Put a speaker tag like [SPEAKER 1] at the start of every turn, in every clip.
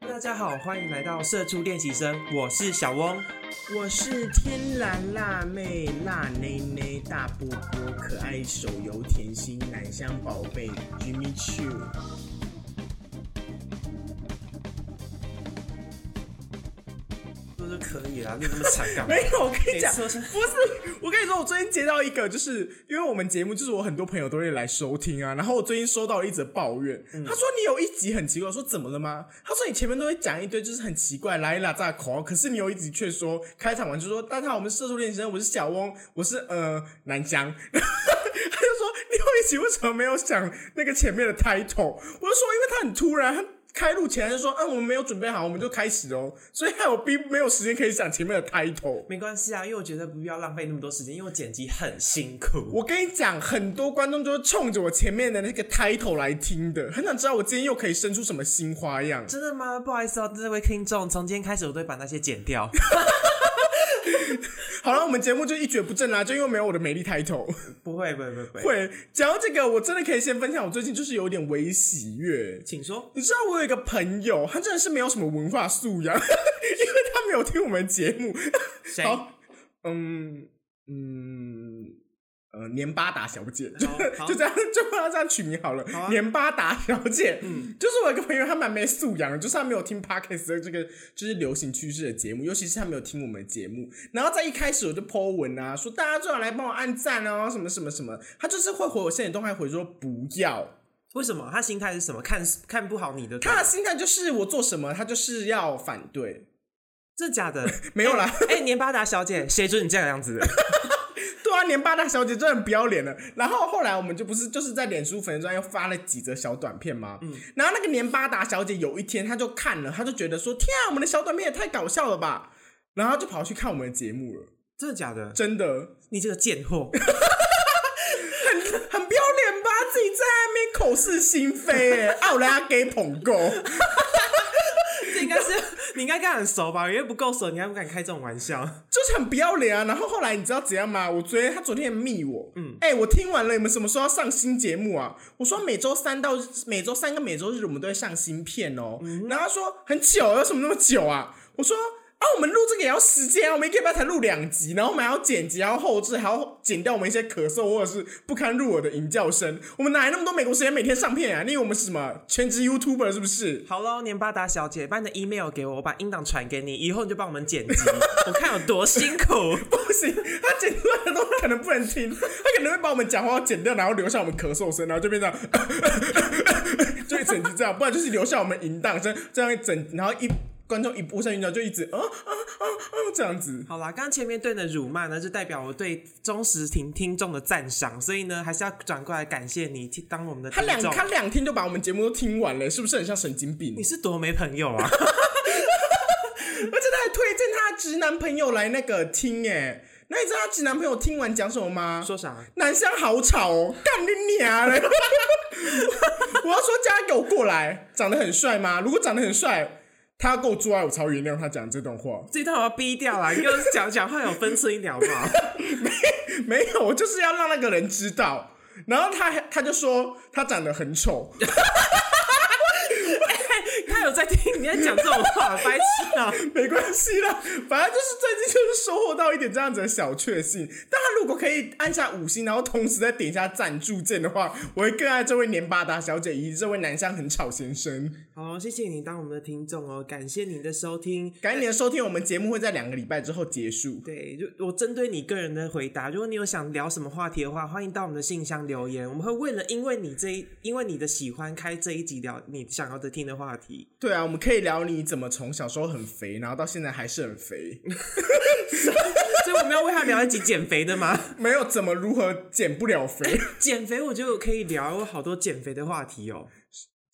[SPEAKER 1] 大家好，欢迎来到社畜练习生，我是小翁。
[SPEAKER 2] 我是天然辣妹辣内内大波波可爱手游甜心奶香宝贝 Jimmy Choo。
[SPEAKER 1] 说是可以啦，你那么惨 干嘛
[SPEAKER 2] 没？有，我跟你讲，
[SPEAKER 1] 每次都哎是
[SPEAKER 2] 不是，我跟你说，我最近接到一个，就是因为我们节目，就是我很多朋友都会来收听啊。然后我最近收到了一则抱怨，他说你有一集很奇怪，我说怎么了吗？他说你前面都会讲一堆就是很奇怪来啦炸口号，可是你有一集却说开场完就说大家好，我们是社畜练习生，我是小翁，我是呃南江。 他就说你有一集为什么没有想那个前面的 title？我就说因为他很突然，他开录前他就说啊我们没有准备好，我们就开始哦，所以害我逼没有时间可以想前面的 title。
[SPEAKER 1] 没关系啊，因为我觉得不必要浪费那么多时间，因为我剪辑很辛苦。
[SPEAKER 2] 我跟你讲，很多观众都是冲着我前面的那个 title 来听的，很想知道我今天又可以生出什么新花样。
[SPEAKER 1] 真的吗？不好意思哦，这位听众，从今天开始我都会把那些剪掉。
[SPEAKER 2] 好了，我们节目就一蹶不振啦，就因为没有我的美丽 title。
[SPEAKER 1] 不会，不会，不会，不会。
[SPEAKER 2] 会讲到这个，我真的可以先分享，我最近就是有点微喜悦。
[SPEAKER 1] 请说。
[SPEAKER 2] 你知道我有一个朋友，他真的是没有什么文化素养，因 为他没有听我们节目。
[SPEAKER 1] 谁？
[SPEAKER 2] 好， 嗯嗯呃，年巴达小姐，就
[SPEAKER 1] 好
[SPEAKER 2] 就这样，就帮她这样取名好了。
[SPEAKER 1] 好啊
[SPEAKER 2] 年巴达小姐，嗯，就是我有一个朋友，他蛮没素养的，就是他没有听 podcast 的这个就是流行趋势的节目，尤其是他没有听我们的节目。然后在一开始我就 po 文啊，说大家最好来帮我按赞哦，什么什么什么，他就是会回我现实动态回说不要。
[SPEAKER 1] 为什么？他心态是什么？看看不好你的，
[SPEAKER 2] 他的心态就是我做什么，他就是要反对，
[SPEAKER 1] 真的假 的？
[SPEAKER 2] 没有啦。
[SPEAKER 1] 哎、年巴达小姐，谁准你这个样 子的？
[SPEAKER 2] 对啊，年八大小姐真的很不要脸了。然后后来我们就不是就是在脸书粉丝专又发了几则小短片吗？嗯，然后那个年八大小姐有一天她就看了，她就觉得说：“天啊，我们的小短片也太搞笑了吧！”然后就跑去看我们的节目了，
[SPEAKER 1] 真的假的？
[SPEAKER 2] 真的
[SPEAKER 1] 你这个贱货！
[SPEAKER 2] 很不要脸吧？自己在那边口是心非、欸，奥拉给捧够，
[SPEAKER 1] 这应该是 你应该跟他很熟吧？因为不够熟，你还不敢开这种玩笑。
[SPEAKER 2] 就是很不要脸啊。然后后来你知道怎样吗？我昨天她昨天也密我，嗯，哎、我听完了，你们什么时候要上新节目啊？我说每周三到每周三跟每周日我们都会上新片哦。然后她说很久，有什么那么久啊？我说啊，我们录这个也要时间啊，我们一个礼拜才录两集，然后我们还要剪辑，还要后置，还要剪掉我们一些咳嗽或者是不堪入耳的吟叫声。我们哪来那么多美国时间每天上片啊？你以为我们是什么全职 YouTuber 是不是？
[SPEAKER 1] 好喽，年巴达小姐，把你的 email 给我，我把音档传给你，以后你就帮我们剪辑， 我看有多辛苦。
[SPEAKER 2] 不行，他剪出来的东西可能不能听，他可能会把我们讲话剪掉，然后留下我们咳嗽声，然后就变成这样 就一整集这样，不然就是留下我们淫荡声，这样一整，然后一观众一不上音就一直啊啊啊啊这样子。
[SPEAKER 1] 好啦，刚刚前面对你的辱骂呢，就代表我对忠实听听众的赞赏，所以呢，还是要转过来感谢你听当我们的
[SPEAKER 2] 他
[SPEAKER 1] 听
[SPEAKER 2] 两
[SPEAKER 1] 众。
[SPEAKER 2] 他两天就把我们节目都听完了，是不是很像神经病
[SPEAKER 1] 你？是多没朋友啊！
[SPEAKER 2] 而且他还推荐他的直男朋友来那个听、哎，那你知道他直男朋友听完讲什么吗？
[SPEAKER 1] 说啥？
[SPEAKER 2] 男生好吵哦，干你娘嘞！ 我要说家狗过来，长得很帅吗？如果长得很帅，他要跟我做爱，我才会原谅他讲这段话。
[SPEAKER 1] 这一段我要逼掉啦，你给我讲讲话有分寸一点好不好？
[SPEAKER 2] 没有，我就是要让那个人知道。然后他还他就说他长得很丑，
[SPEAKER 1] 他有在听你在讲这种话， 白痴啊！
[SPEAKER 2] 没关系啦，反正就是最近就是收获到一点这样子的小确幸。但他如果可以按下五星，然后同时再点一下赞助键的话，我会更爱这位年巴达小姐以及这位男相很吵先生。
[SPEAKER 1] 好，谢谢你当我们的听众哦，感谢你的收听。
[SPEAKER 2] 感谢你的收听，我们节目会在两个礼拜之后结束。
[SPEAKER 1] 对，就我针对你个人的回答，如果你有想聊什么话题的话，欢迎到我们的信箱留言，我们会为了因为你这一因为你的喜欢开这一集聊你想要的听的话题。
[SPEAKER 2] 对啊，我们可以聊你怎么从小时候很肥，然后到现在还是很肥，
[SPEAKER 1] 所以我们要为他聊一集减肥的吗？
[SPEAKER 2] 没有怎么如何减不了肥，
[SPEAKER 1] 减肥我觉得我可以聊，我有好多减肥的话题哦。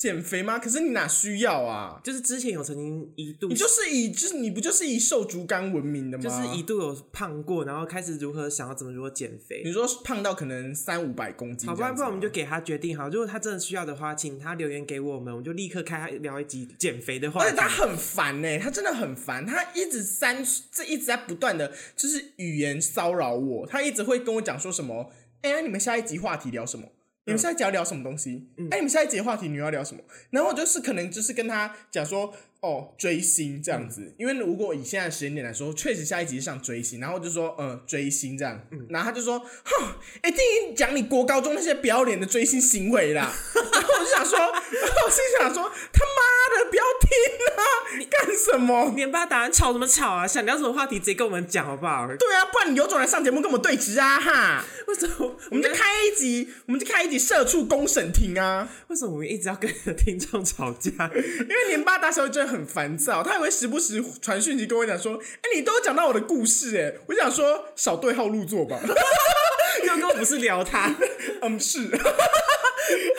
[SPEAKER 2] 减肥吗？可是你哪需要啊？
[SPEAKER 1] 就是之前有曾经一度
[SPEAKER 2] 你就是以就是你不就是以瘦竹竿闻名的吗？
[SPEAKER 1] 就是一度有胖过，然后开始如何想要怎么如何减肥。
[SPEAKER 2] 你说胖到可能三五百公斤
[SPEAKER 1] 好
[SPEAKER 2] 这
[SPEAKER 1] 吧，
[SPEAKER 2] 样
[SPEAKER 1] 不
[SPEAKER 2] 子吗，
[SPEAKER 1] 然我们就给他决定好。如果他真的需要的话，请他留言给我们，我们就立刻开他聊一集减肥的话
[SPEAKER 2] 而
[SPEAKER 1] 题
[SPEAKER 2] 且。他很烦呢、他真的很烦，他一直三这一直在不断的就是语言骚扰我，他一直会跟我讲说什么，哎、呀，你们下一集话题聊什么？
[SPEAKER 1] 嗯
[SPEAKER 2] 你们下一集要聊什么东西？哎、你们下一集的话题你们要聊什么？然后我就是可能就是跟他讲说，哦追星这样子，
[SPEAKER 1] 嗯
[SPEAKER 2] 因为如果以现在的时间点来说，确实下一集是上追星，然后我就说嗯、呃追星这样，然后他就说哼，一定讲你国高中那些不要脸的追星行为啦，然后我就想说，然后我心想说他妈的不要听啊，干什么？
[SPEAKER 1] 连巴达吵什么吵啊？想聊什么话题直接跟我们讲好不好？
[SPEAKER 2] 对啊，不然你有种来上节目跟我们对峙啊哈！
[SPEAKER 1] 为什么
[SPEAKER 2] 我们就开一集，我们就开一集社畜公审庭啊！
[SPEAKER 1] 为什么我们一直要跟听众吵架？
[SPEAKER 2] 因为年巴达小姐真的很烦躁，她还会时不时传讯息跟我讲说：“哎、你都讲到我的故事哎、我想说少对号入座吧。
[SPEAKER 1] 又跟我不是聊他，
[SPEAKER 2] 嗯，是。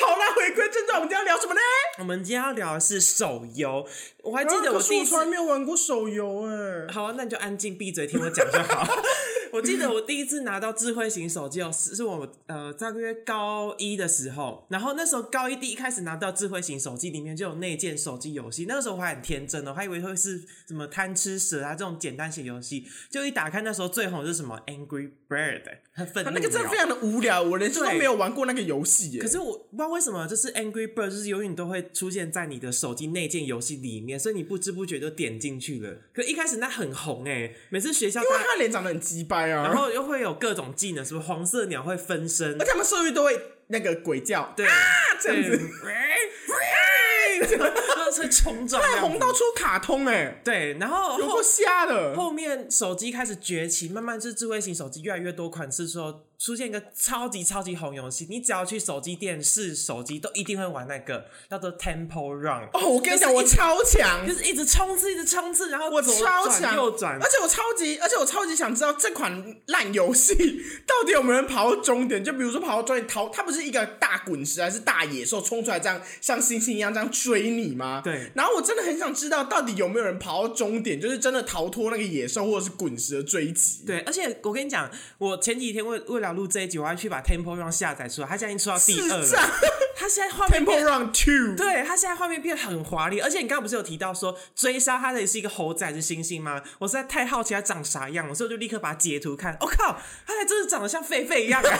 [SPEAKER 2] 好啦，回归正传，我们今天要聊什么呢？
[SPEAKER 1] 我们今天要聊的是手游。我还记得我
[SPEAKER 2] 啊可是
[SPEAKER 1] 第一
[SPEAKER 2] 我
[SPEAKER 1] 次
[SPEAKER 2] 从来没有玩过手游哎、
[SPEAKER 1] 好啊，那你就安静闭嘴听我讲就好。 我记得我第一次拿到智慧型手机哦，是是我呃大约高一的时候，然后那时候高一第一开始拿到智慧型手机，里面就有内建手机游戏。那个时候我还很天真哦，还以为会是什么贪吃蛇啊这种简单型游戏，就一打开那时候最红的是什么 Angry Bird，很愤怒
[SPEAKER 2] 啊那个真的
[SPEAKER 1] 鸟
[SPEAKER 2] 非常的无聊，我连都
[SPEAKER 1] 对
[SPEAKER 2] 没有玩过那个游戏耶
[SPEAKER 1] 可。是我不知道为什么，就是 Angry Bird 就是永远都会出现在你的手机内建游戏里面，所以你不知不觉就点进去了。可一开始那很红哎、每次学校
[SPEAKER 2] 因为
[SPEAKER 1] 大
[SPEAKER 2] 他脸长得很鸡掰啊，
[SPEAKER 1] 然后又会有各种技能，什么黄色鸟会分身
[SPEAKER 2] 而，且他们兽医都会那个鬼叫，
[SPEAKER 1] 对，
[SPEAKER 2] 啊这样子，
[SPEAKER 1] 然 后会冲撞这样子，
[SPEAKER 2] 太红到出卡通哎、
[SPEAKER 1] 对，然后
[SPEAKER 2] 有
[SPEAKER 1] 后
[SPEAKER 2] 够瞎的。
[SPEAKER 1] 后面手机开始崛起，慢慢是智慧型手机越来越多款式之后，出现一个超级超级红游戏，你只要去手机店试手机，都一定会玩那个叫做 Temple Run。
[SPEAKER 2] 哦，我跟
[SPEAKER 1] 就
[SPEAKER 2] 你
[SPEAKER 1] 是
[SPEAKER 2] 讲，
[SPEAKER 1] 一
[SPEAKER 2] 我超强
[SPEAKER 1] 就，是一直冲刺，一直冲刺，然后
[SPEAKER 2] 我
[SPEAKER 1] 左
[SPEAKER 2] 超
[SPEAKER 1] 转
[SPEAKER 2] 强，
[SPEAKER 1] 右转
[SPEAKER 2] 而，且我超级，而且我超级想知道这款烂游戏 到底有没有人跑到终点？就比如说跑到终点逃，它不是一个大滚石还是大野兽冲出来这样像猩猩一样这样追你吗？
[SPEAKER 1] 对
[SPEAKER 2] 然后我真的很想知道到底有没有人跑到终点，就是真的逃脱那个野兽或者是滚石的追击。
[SPEAKER 1] 对，而且我跟你讲，我前几天为为了录这一集，我还去把 Temple Run 下载出来，它现在已经出到第二
[SPEAKER 2] 智
[SPEAKER 1] 了。
[SPEAKER 2] 障
[SPEAKER 1] 它现在画面
[SPEAKER 2] ，Temple
[SPEAKER 1] 变，
[SPEAKER 2] Run Two。
[SPEAKER 1] 对，它现在画面变得很华丽，而且你刚刚不是有提到说追杀它的是一个猴仔还是猩猩吗？我实在太好奇它长啥样了，所以我就立刻把它截图看。我、靠，它还真的长得像狒狒一 样、啊，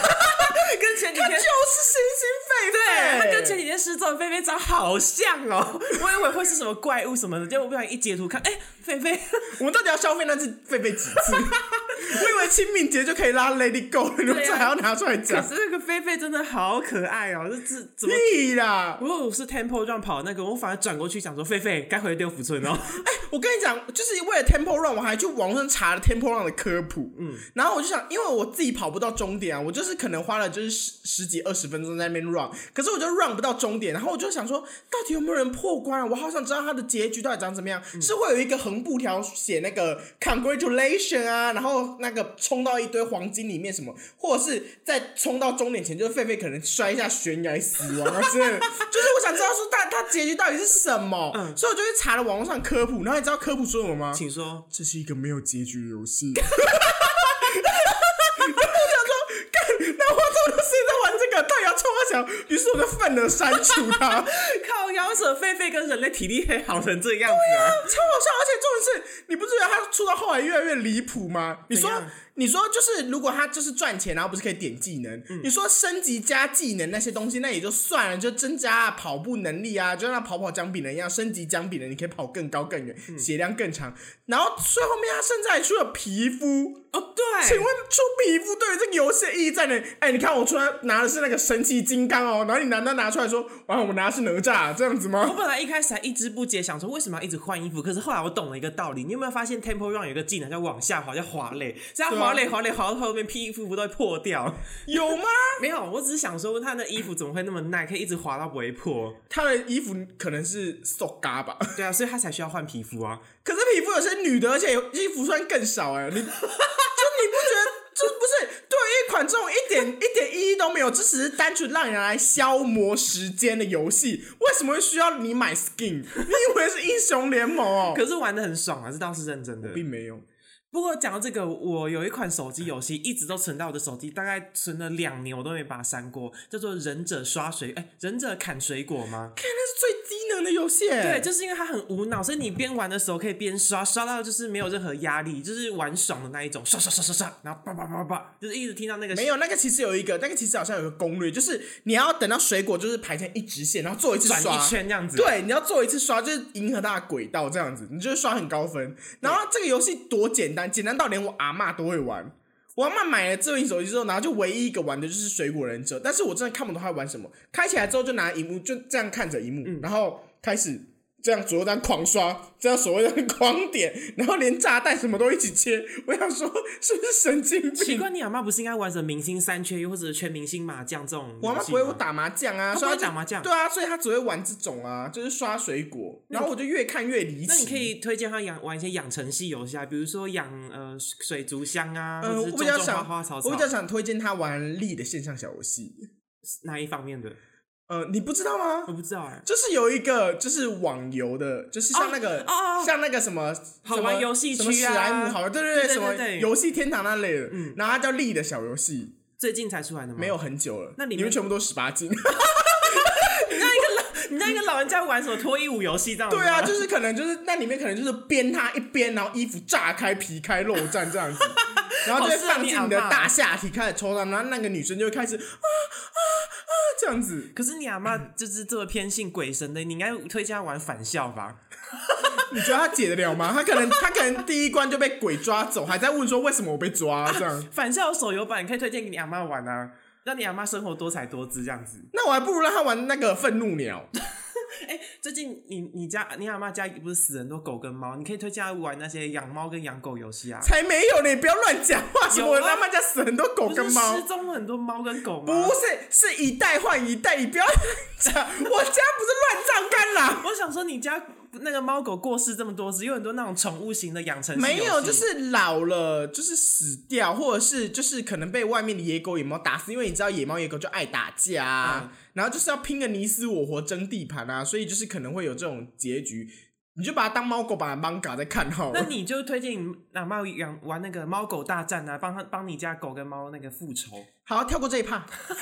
[SPEAKER 1] 跟前几
[SPEAKER 2] 它就
[SPEAKER 1] 天
[SPEAKER 2] 是。猩猩狒狒，
[SPEAKER 1] 对，它跟前几天失踪的狒狒长好像哦，我以为会是什么怪物什么的，结果我不小心一截图看，哎、狒狒，
[SPEAKER 2] 我们到底要消费那只狒狒几 次？我以为清明节就可以拉 Lady Go，了你们
[SPEAKER 1] 对啊
[SPEAKER 2] 这还要拿出来讲
[SPEAKER 1] 可？是那个狒狒真的好可爱哦、这这怎么？
[SPEAKER 2] 屁啦！
[SPEAKER 1] 如果我是 Temple 让跑那个，我反而转过去想说，狒狒该回六福村 哦。
[SPEAKER 2] 我跟你讲，就是为了 Temple Run，我还去网上查了 Temple Run 的科普。嗯，然后我就想，因为我自己跑不到终点啊，我就是可能花了就是十十几二十分钟在那边 run，可是我就 run 不到终点。然后我就想说，到底有没有人破关啊？我好想知道它的结局到底长怎么样。是会有一个横布条写那个 Congratulation 啊，然后那个冲到一堆黄金里面什么，或者是在冲到终点前，就是狒狒可能摔一下悬崖死亡啊之类的。就是我想知道说大它结局到底是什么，所以我就去查了网络上科普，然后你知道科普说什么吗？
[SPEAKER 1] 请说，
[SPEAKER 2] 这是一个没有结局的 游戏。那我怎么谁在玩这个？到啊底要冲他小？于是我就愤而删除 它。
[SPEAKER 1] 靠腰扯狒狒跟人类体力很好成这样子啊！
[SPEAKER 2] 超好笑，而且重点是，你不觉得他出到后来越来越离谱吗？你说
[SPEAKER 1] 怎样，
[SPEAKER 2] 你说就是，如果他就是赚钱，然后不是可以点技能？
[SPEAKER 1] 嗯
[SPEAKER 2] 你说升级加技能那些东西，那也就算了，就增加跑步能力啊，就让他跑跑姜饼人一样，升级姜饼人，你可以跑更高更远，
[SPEAKER 1] 嗯
[SPEAKER 2] 血量更长。然后最后面他甚至还出了皮肤，
[SPEAKER 1] 哦，
[SPEAKER 2] 请
[SPEAKER 1] 对
[SPEAKER 2] 问，出皮肤对于这个游戏的意义在哪？哎，你看我出来拿的是那个神奇金刚哦，然后你难道拿出来说，哇，我拿的是哪吒这样子吗
[SPEAKER 1] 我？本来一开始还一知不解，想说为什么要一直换衣服，可是后来我懂了一个道理。你有没有发现 Temple Run 有一个技能叫往下滑，叫滑垒，这样
[SPEAKER 2] 对啊
[SPEAKER 1] 滑垒滑垒滑到后面，皮肤不都会破掉？
[SPEAKER 2] 有吗？
[SPEAKER 1] 没有，我只是想说，他那衣服怎么会那么耐，可以一直滑到不会破？
[SPEAKER 2] 他的衣服可能是塑嘎吧，
[SPEAKER 1] 对啊，所以他才需要换皮肤啊。
[SPEAKER 2] 可是皮肤有些女的，而且有衣服穿更少哎、你就你不觉得？就不是对于一款这种一点一点意义都没有，这只是单纯让人来消磨时间的游戏，为什么会需要你买 skin？你以为是英雄联盟哦？
[SPEAKER 1] 可是玩的很爽啊，这倒是认真的。
[SPEAKER 2] 并没有，
[SPEAKER 1] 不过讲到这个，我有一款手机游戏一直都存到我的手机，大概存了两年，我都没把它删过，叫做《忍者刷水》哎，《忍者砍水果》吗？
[SPEAKER 2] 看那是最低能人的游戏耶，
[SPEAKER 1] 对，就是因为它很无脑，所以你边玩的时候可以边刷，刷到就是没有任何压力，就是玩爽的那一种，刷刷刷刷刷，然后叭叭叭叭，就是一直听到那个
[SPEAKER 2] 没有，那个其实有一个，那个其实好像有个攻略，就是你要等到水果就是排成一直线，然后做一次
[SPEAKER 1] 转
[SPEAKER 2] 刷
[SPEAKER 1] 一圈这样子。，
[SPEAKER 2] 对，你要做一次刷，就是迎合它的轨道这样子，你就是刷很高分。然后这个游戏多简单，简单到连我阿嬷都会玩。我阿嬷买了智能手机之后，然后就唯一一个玩的就是水果忍者，但是我真的看不懂她玩什么。开起来之后就拿荧幕就这样看着荧幕，
[SPEAKER 1] 嗯
[SPEAKER 2] 然后开始这样左右单狂刷，这样所谓的 狂点，然后连炸弹什么都一起切。我想说是不是神经
[SPEAKER 1] 奇
[SPEAKER 2] 病？啊
[SPEAKER 1] 怪，你阿妈不是应该玩什么明星三缺一或者全明星麻将这种游戏吗？
[SPEAKER 2] 我妈不会打麻将啊，
[SPEAKER 1] 她
[SPEAKER 2] 所
[SPEAKER 1] 不会
[SPEAKER 2] 以她就
[SPEAKER 1] 打麻将
[SPEAKER 2] 对啊，所以她只会玩这种啊，就是刷水果。然后我就越看越离奇。
[SPEAKER 1] 那你可以推荐他养玩一些养成系游戏啊，比如说养呃水族箱啊，
[SPEAKER 2] 呃，
[SPEAKER 1] 或者
[SPEAKER 2] 我
[SPEAKER 1] 是
[SPEAKER 2] 比
[SPEAKER 1] 种
[SPEAKER 2] 较
[SPEAKER 1] 种
[SPEAKER 2] 想，
[SPEAKER 1] 花花草草
[SPEAKER 2] 我比较想推荐他玩力的线上小游戏。
[SPEAKER 1] 哪一方面的？
[SPEAKER 2] 呃，你不知道
[SPEAKER 1] 我
[SPEAKER 2] 吗？
[SPEAKER 1] 不知道哎、
[SPEAKER 2] 就是有一个就是网游的，就是像那个、
[SPEAKER 1] 哦哦哦
[SPEAKER 2] 像那个什么
[SPEAKER 1] 好
[SPEAKER 2] 什
[SPEAKER 1] 玩
[SPEAKER 2] 么
[SPEAKER 1] 游戏
[SPEAKER 2] 什么
[SPEAKER 1] 区
[SPEAKER 2] 史
[SPEAKER 1] 啊
[SPEAKER 2] 莱姆好玩，对对
[SPEAKER 1] 对对
[SPEAKER 2] 什么
[SPEAKER 1] 对对嗯
[SPEAKER 2] 游戏天堂那类的，然后它叫力的小游戏，
[SPEAKER 1] 最近才出来的吗？
[SPEAKER 2] 没有，很久了，
[SPEAKER 1] 那里
[SPEAKER 2] 你
[SPEAKER 1] 面
[SPEAKER 2] 们全部都十八禁。
[SPEAKER 1] 你那一个老人家玩什么脱衣舞游戏这样？
[SPEAKER 2] 对啊，就是可能就是那里面可能就是鞭他一鞭，然后衣服炸开、皮开肉绽这样 子，然后就会
[SPEAKER 1] 好适合
[SPEAKER 2] 放
[SPEAKER 1] 你
[SPEAKER 2] 进
[SPEAKER 1] 阿
[SPEAKER 2] 你的
[SPEAKER 1] 嬷
[SPEAKER 2] 大下体开始抽他，然后那个女生就会开始啊啊啊这样子。
[SPEAKER 1] 可是你阿妈就是这么偏信鬼神的，你应该推荐她玩返校吧？
[SPEAKER 2] 你觉得他解得了吗？他可 能他可能第一关就被鬼抓走，还在问说为什么我被抓这样。
[SPEAKER 1] 返校有手游版，你可以推荐给你阿妈玩啊，让你阿妈生活多彩多姿这样子。
[SPEAKER 2] 那我还不如让他玩那个愤怒 鸟。
[SPEAKER 1] 哎、最近你你家你阿妈家不是死很多狗跟猫，你可以推荐她玩那些养猫跟养狗游戏啊。
[SPEAKER 2] 才没有呢！不要乱讲话，什么
[SPEAKER 1] 有啊
[SPEAKER 2] 他妈家死很多狗
[SPEAKER 1] 不是
[SPEAKER 2] 跟猫
[SPEAKER 1] 失，踪了很多猫跟狗吗？
[SPEAKER 2] 不是是一代换一代，你不要乱 讲。我家不是乱照干啦，
[SPEAKER 1] 我想说，你家那个猫狗过世这么多只，有很多那种宠物型的养成系
[SPEAKER 2] 没有，
[SPEAKER 1] 游戏
[SPEAKER 2] 就是老了，就是死掉，或者是就是可能被外面的野狗野猫打死，因为你知道野猫野狗就爱打架、
[SPEAKER 1] 嗯
[SPEAKER 2] 啊，然后就是要拼个你死我活争地盘啊，所以就是可能会有这种结局。你就把它当猫狗，把它 manga 在看好
[SPEAKER 1] 那
[SPEAKER 2] 了。
[SPEAKER 1] 你就推荐你阿妈养玩那个猫狗大战啊，帮他帮你家狗跟猫那个复仇。
[SPEAKER 2] 好，跳过这一趴。
[SPEAKER 1] 哎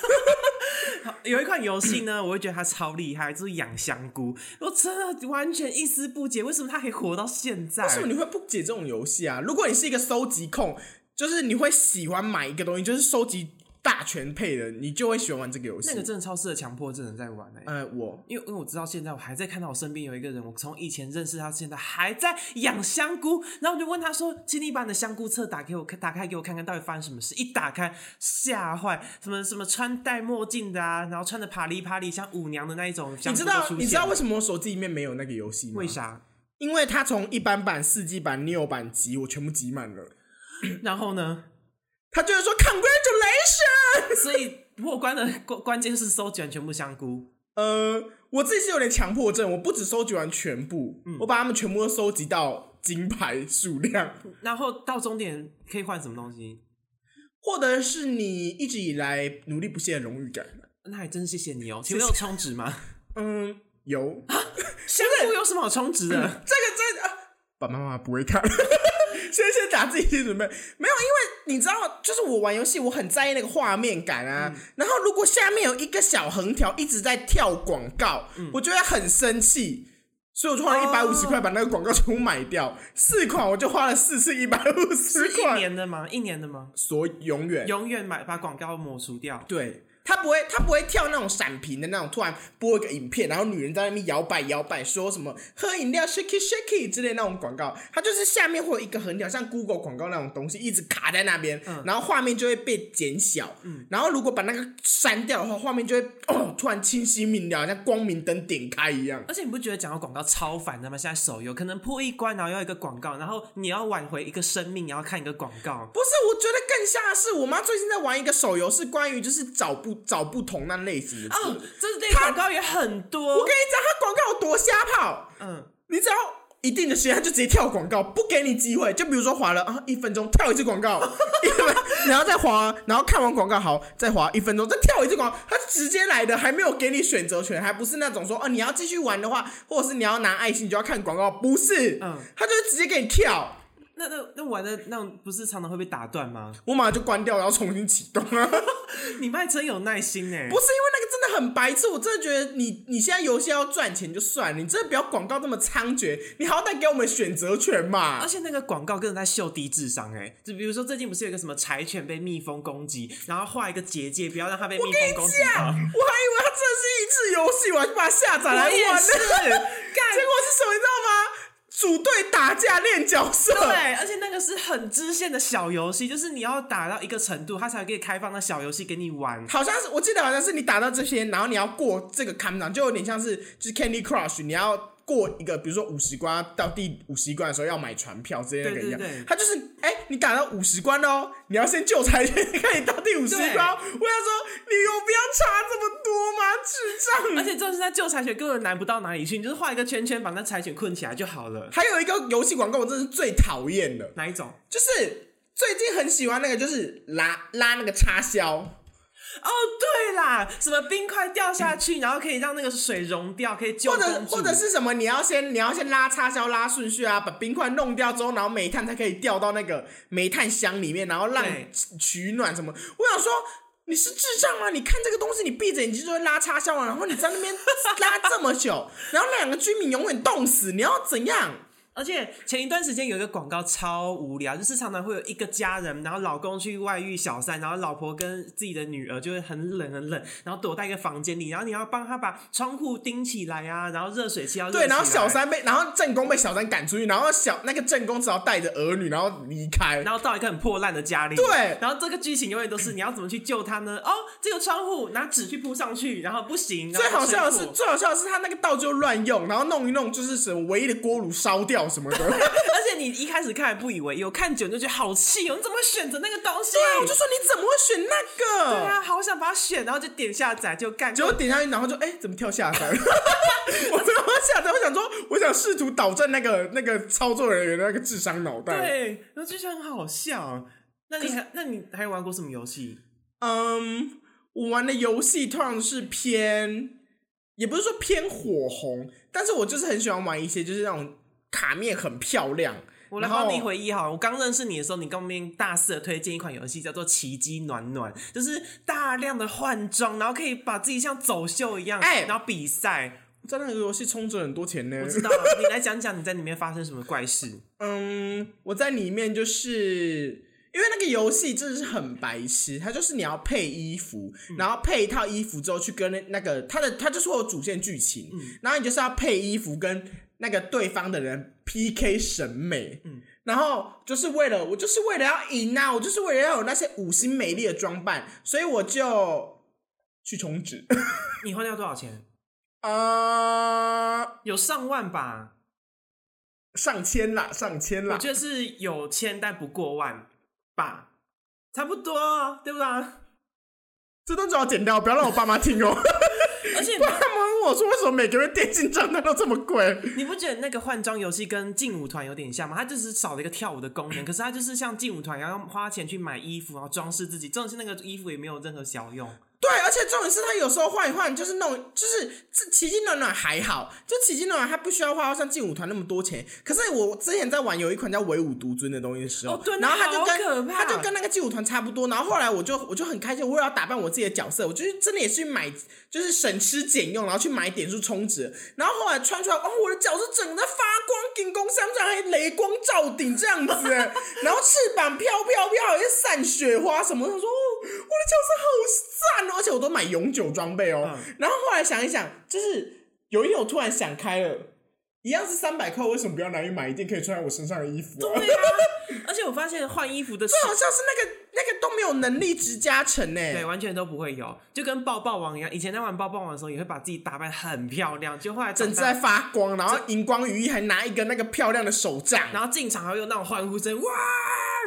[SPEAKER 1] 有一款游戏呢，我会觉得它超厉害，就是养香菇。我真的完全一丝不解，为什么它可以活到现在？
[SPEAKER 2] 为什么你会不解这种游戏啊？如果你是一个收集控，就是你会喜欢买一个东西，就是收集大全配的，你就会喜欢玩这个游戏。
[SPEAKER 1] 那个真的超适合强迫症的在玩哎、
[SPEAKER 2] 呃，我
[SPEAKER 1] 因为因为我知道现在我还在看到我身边有一个人，我从以前认识他，现在还在养香菇，然后我就问他说：“请你把你的香菇册打给我看，打开给我看看到底发生什么事。”一打开吓坏，什么什么穿戴墨镜的啊，然后穿的啪里啪里像舞娘的那一种香
[SPEAKER 2] 你
[SPEAKER 1] 菇
[SPEAKER 2] 知
[SPEAKER 1] 都出
[SPEAKER 2] 道
[SPEAKER 1] 现了
[SPEAKER 2] 你知道为什么我手机里面没有那个游戏吗？
[SPEAKER 1] 为啥？
[SPEAKER 2] 因为它从一般版、四 G 版、Neo 版集我全部集满了，
[SPEAKER 1] 然后呢？
[SPEAKER 2] 他就会说 Congratulation。
[SPEAKER 1] 所以破关的关关键是收卷全部香菇，
[SPEAKER 2] 呃，我自己是有点强迫症，我不止收集完全部，我把它们全部都收集到金牌数量，
[SPEAKER 1] 然后到终点可以换什么东西？
[SPEAKER 2] 获得是你一直以来努力不懈的荣誉感。
[SPEAKER 1] 那还真谢谢你哦。请问有充值 吗？
[SPEAKER 2] 嗯，有
[SPEAKER 1] 香菇有什么好充值的？
[SPEAKER 2] 这个真啊，爸爸妈妈不会看。 先先打自己心理准备，没有，因为你知道，就是我玩游戏，我很在意那个画面感啊。
[SPEAKER 1] 嗯
[SPEAKER 2] 然后如果下面有一个小横条一直在跳广告，我就会很生气，所以我就花了一百五十
[SPEAKER 1] 嗯哦
[SPEAKER 2] 块把那个广告全部买掉。四款我就花了四次一百五十
[SPEAKER 1] 是一
[SPEAKER 2] 块，
[SPEAKER 1] 年的吗？一年的吗？
[SPEAKER 2] 所以永远
[SPEAKER 1] 永远买把广告抹除掉。
[SPEAKER 2] 对。他不会，他不会跳那种闪屏的那种，突然播一个影片，然后女人在那边摇摆摇摆，说什么喝饮料 shaky shaky 之类那种广告，它就是下面会有一个横条，像 Google 广告那种东西，一直卡在那边，然后画面就会被减小，然后如果把那个删掉的话，画面就会哦突然清晰明了，像光明灯点开一样。
[SPEAKER 1] 而且你不觉得讲到广告超烦的吗？现在手游可能破一关，然后要一个广告，然后你要挽回一个生命，然后看一个广告。
[SPEAKER 2] 不是，我觉得更像是我妈最近在玩一个手游，是关于就是找不找不同那类型的字。
[SPEAKER 1] 哦，这类广告也很
[SPEAKER 2] 我
[SPEAKER 1] 多
[SPEAKER 2] 跟。你讲，它广告有多瞎跑。
[SPEAKER 1] 嗯，
[SPEAKER 2] 你只要一定的时间，他就直接跳广告，不给你机会。就比如说划了啊，一分钟跳一次广告， 一分然后再划，然后看完广告好，再划一分钟，再跳一次广告，他直接来的，还没有给你选择权，还不是那种说哦、你要继续玩的话，或者是你要拿爱心，你就要看广告，不是，
[SPEAKER 1] 嗯
[SPEAKER 2] 他就是直接给你跳。
[SPEAKER 1] 那那那玩的那种不是常常会被打断吗？
[SPEAKER 2] 我马上就关掉，然后重新启动啊！
[SPEAKER 1] 你们还真有耐心哎、
[SPEAKER 2] 不是因为那个真的很白痴，我真的觉得你你现在游戏要赚钱就算了，你真的不要广告那么猖獗，你好歹给我们选择权嘛
[SPEAKER 1] 而。且那个广告更在秀低智商哎、就比如说最近不是有一个什么柴犬被蜜蜂攻击，然后画一个结界，不要让它被蜜蜂攻击
[SPEAKER 2] 我还
[SPEAKER 1] 到。
[SPEAKER 2] 以为它真的是益智游戏，我还去把它下载
[SPEAKER 1] 我
[SPEAKER 2] 来玩呢。
[SPEAKER 1] 也是
[SPEAKER 2] 结果是什么，你知道吗？组队打架练角色，
[SPEAKER 1] 对，而且那个是很支线的小游戏，就是你要打到一个程度，它才可以开放那小游戏给你玩。
[SPEAKER 2] 好像是我记得好像是你打到这些，然后你要过这个坎长，就有点像是就是 Candy Crush，你要过一个，比如说五十关到第五十关的时候要买船票之类的那个一样
[SPEAKER 1] 对对对。
[SPEAKER 2] 它就是哎、你打到五十关喽，你要先救柴犬， 看你到第五十
[SPEAKER 1] 对
[SPEAKER 2] 关哦。我想说，你有必要差这么多吗？智障！
[SPEAKER 1] 而且这是在救柴犬根本难不到哪里去，你就是画一个圈圈把那柴犬困起来就好了。
[SPEAKER 2] 还有一个游戏广告，我真的是最讨厌的，
[SPEAKER 1] 哪一种？
[SPEAKER 2] 就是最近很喜欢那个，就是拉拉那个插销。
[SPEAKER 1] 哦，对啦，什么冰块掉下去，然后可以让那个水融掉，可以救
[SPEAKER 2] 或
[SPEAKER 1] 公主。
[SPEAKER 2] 者或者是什么？你要先你要先拉插销拉顺序啊，把冰块弄掉之后，然后煤炭才可以掉到那个煤炭箱里面，然后让
[SPEAKER 1] 对
[SPEAKER 2] 取取暖什么。我想说。你是智障啊吗？你看这个东西，你闭着眼睛就会拉插销啊，然后你在那边拉这么久， 然后那两个居民永远冻死，你要怎样？
[SPEAKER 1] 而且前一段时间有一个广告超无聊，就是常常会有一个家人，然后老公去外遇小三，然后老婆跟自己的女儿就会很冷很冷，然后躲在一个房间里，然后你要帮他把窗户钉起来啊，然后热水器要热
[SPEAKER 2] 对，
[SPEAKER 1] 起来
[SPEAKER 2] 然后小，三被，然后正宫被小三赶出去，然后小那个正宫只好带着儿女，然后离开。
[SPEAKER 1] 然后到一个很破烂的家里，
[SPEAKER 2] 对
[SPEAKER 1] 然后这个剧情永远都是你要怎么去救他呢？哦，这个窗户拿纸去铺上去，然后不行，然
[SPEAKER 2] 最
[SPEAKER 1] 后
[SPEAKER 2] 好笑的
[SPEAKER 1] 水
[SPEAKER 2] 是，
[SPEAKER 1] 火
[SPEAKER 2] 最好笑的是他那个道具乱用，然后弄一弄就是什么唯一的锅炉烧掉什么 的。
[SPEAKER 1] 而且你一开始看还不以为有，看久你就觉得好气哦，你怎么会选择那个东西？
[SPEAKER 2] 对啊，我就说你怎么会选那个？
[SPEAKER 1] 对啊，好想把它选，然后就点下载就干，
[SPEAKER 2] 结果点下去，然后就哎、怎么跳下 载了？我怎么下载？我想说，我想试图导正那个那个操作人员的那个智商脑袋。
[SPEAKER 1] 对，然后就觉得很好笑。那你还那你还有玩过什么游戏？
[SPEAKER 2] 嗯，我玩的游戏通常是偏，也不是说偏火红，但是我就是很喜欢玩一些就是那种卡面很漂亮。
[SPEAKER 1] 我来
[SPEAKER 2] 然后
[SPEAKER 1] 帮你回忆哈，我刚认识你的时候，你跟我们大肆的推荐一款游戏，叫做《奇迹暖暖》，就是大量的换装，然后可以把自己像走秀一样，
[SPEAKER 2] 哎
[SPEAKER 1] 然后比赛。
[SPEAKER 2] 在那个游戏充值很多钱呢。
[SPEAKER 1] 我知道了，你来讲讲你在里面发生什么怪事。
[SPEAKER 2] 嗯，我在里面就是因为那个游戏真的是很白痴，它就是你要配衣服，
[SPEAKER 1] 嗯
[SPEAKER 2] 然后配一套衣服之后去跟那那个它的它就是会有主线剧情，
[SPEAKER 1] 嗯
[SPEAKER 2] 然后你就是要配衣服跟那个对方的人 PK 审美，
[SPEAKER 1] 嗯
[SPEAKER 2] 然后就是为了我就是为了要赢啊，我就是为了要有那些五星美丽的装扮，所以我就去充值，
[SPEAKER 1] 你花掉多少钱？
[SPEAKER 2] 啊、
[SPEAKER 1] 有上万吧？
[SPEAKER 2] 上千啦，上千
[SPEAKER 1] 我
[SPEAKER 2] 啦，
[SPEAKER 1] 觉得是有千但不过万吧，差不多，啊对不对？
[SPEAKER 2] 这段只要剪掉，不要让我爸妈听哦。
[SPEAKER 1] 而且
[SPEAKER 2] 他们问我说，为什么每个月电竞账单都这么贵？
[SPEAKER 1] 你不觉得那个换装游戏跟劲舞团有点像吗？它就是少了一个跳舞的功能，可是它就是像劲舞团一样花钱去买衣服，然后装饰自己。重点是那个衣服也没有任何效用。
[SPEAKER 2] 对，而且重点是他有时候换一换，就是那种，就是这奇迹暖暖还好，就奇迹暖暖它不需要花到像劲舞团那么多钱。可是我之前在玩有一款叫唯舞独尊的东西的时候，
[SPEAKER 1] 哦对那
[SPEAKER 2] 然后它就
[SPEAKER 1] 好可
[SPEAKER 2] 跟
[SPEAKER 1] 怕
[SPEAKER 2] 它就跟那个劲舞团差不多。然后后来我就我就很开心，我也要打扮我自己的角色，我就是真的也是去买，就是省吃俭用，然后去买点数充值。然后后来穿出来，哦，我的角色整个在发光，顶光闪闪，还雷光照顶这样子、哎然后翅膀飘飘飘，还散雪花什么的。我说，哦，我的角色好赞哦，而且我都买永久装备哦。
[SPEAKER 1] 嗯
[SPEAKER 2] 然后后来想一想，就是有一天我突然想开了，一样是三百块，为什么不要拿去买一件可以穿在我身上的衣服、啊？
[SPEAKER 1] 对啊，而且我发现换衣服的时
[SPEAKER 2] 好像是那个那个都没有能力值加成欸呢、
[SPEAKER 1] 对，完全都不会有，就跟抱抱王一样。以前在玩抱抱王的时候，也会把自己打扮很漂亮，就后来
[SPEAKER 2] 整
[SPEAKER 1] 整
[SPEAKER 2] 只在发光，然后荧光羽翼，还拿一个那个漂亮的手杖，
[SPEAKER 1] 然后进场还会有那种欢呼声，哇！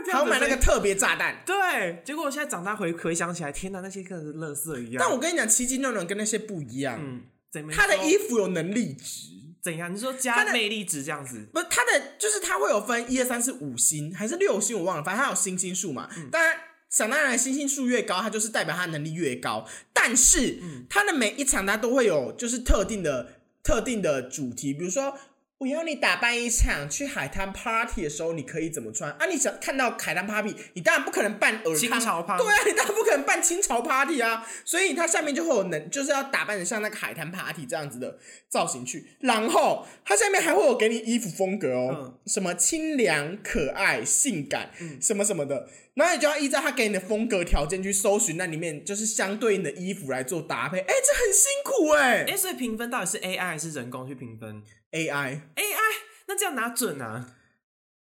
[SPEAKER 1] 这
[SPEAKER 2] 还
[SPEAKER 1] 样
[SPEAKER 2] 有
[SPEAKER 1] 子
[SPEAKER 2] 买那个
[SPEAKER 1] 声音
[SPEAKER 2] 特别炸弹。
[SPEAKER 1] 对，结果我现在长大回回想起来，天哪，那些跟是垃圾一样。
[SPEAKER 2] 但我跟你讲，奇迹暖暖跟那些不一样，
[SPEAKER 1] 啊嗯，怎么
[SPEAKER 2] 他的
[SPEAKER 1] 说
[SPEAKER 2] 衣服有能力值，
[SPEAKER 1] 怎样？你说
[SPEAKER 2] 他
[SPEAKER 1] 加
[SPEAKER 2] 的
[SPEAKER 1] 魅力值这样子？
[SPEAKER 2] 不，它的就是它会有分一二三四五星还是六星，我忘了，反正它有星星数嘛。
[SPEAKER 1] 嗯
[SPEAKER 2] 当然，想当然，星星数越高，它就是代表它能力越高。但
[SPEAKER 1] 嗯
[SPEAKER 2] 是，它的每一场它都会有就是特定的特定的主题，比如说我要你打扮一场去海滩 party 的时候，你可以怎么穿啊？你想看到海滩 party，你当然不可能办尔
[SPEAKER 1] 清朝 party
[SPEAKER 2] 对啊，你当然不可能办清朝 party 啊。所以它下面就会有能，就是要打扮的像那个海滩 party 这样子的造型去。然后它下面还会有给你衣服风格哦，什么清凉、可爱、性感，什么什么的。然后你就要依照他给你的风格条件去搜寻那里面就是相对应的衣服来做搭配。哎，这很辛苦哎、
[SPEAKER 1] 哎、所以评分到底是 AI 还是人工去评分
[SPEAKER 2] AI
[SPEAKER 1] ？AI 那这样哪准啊？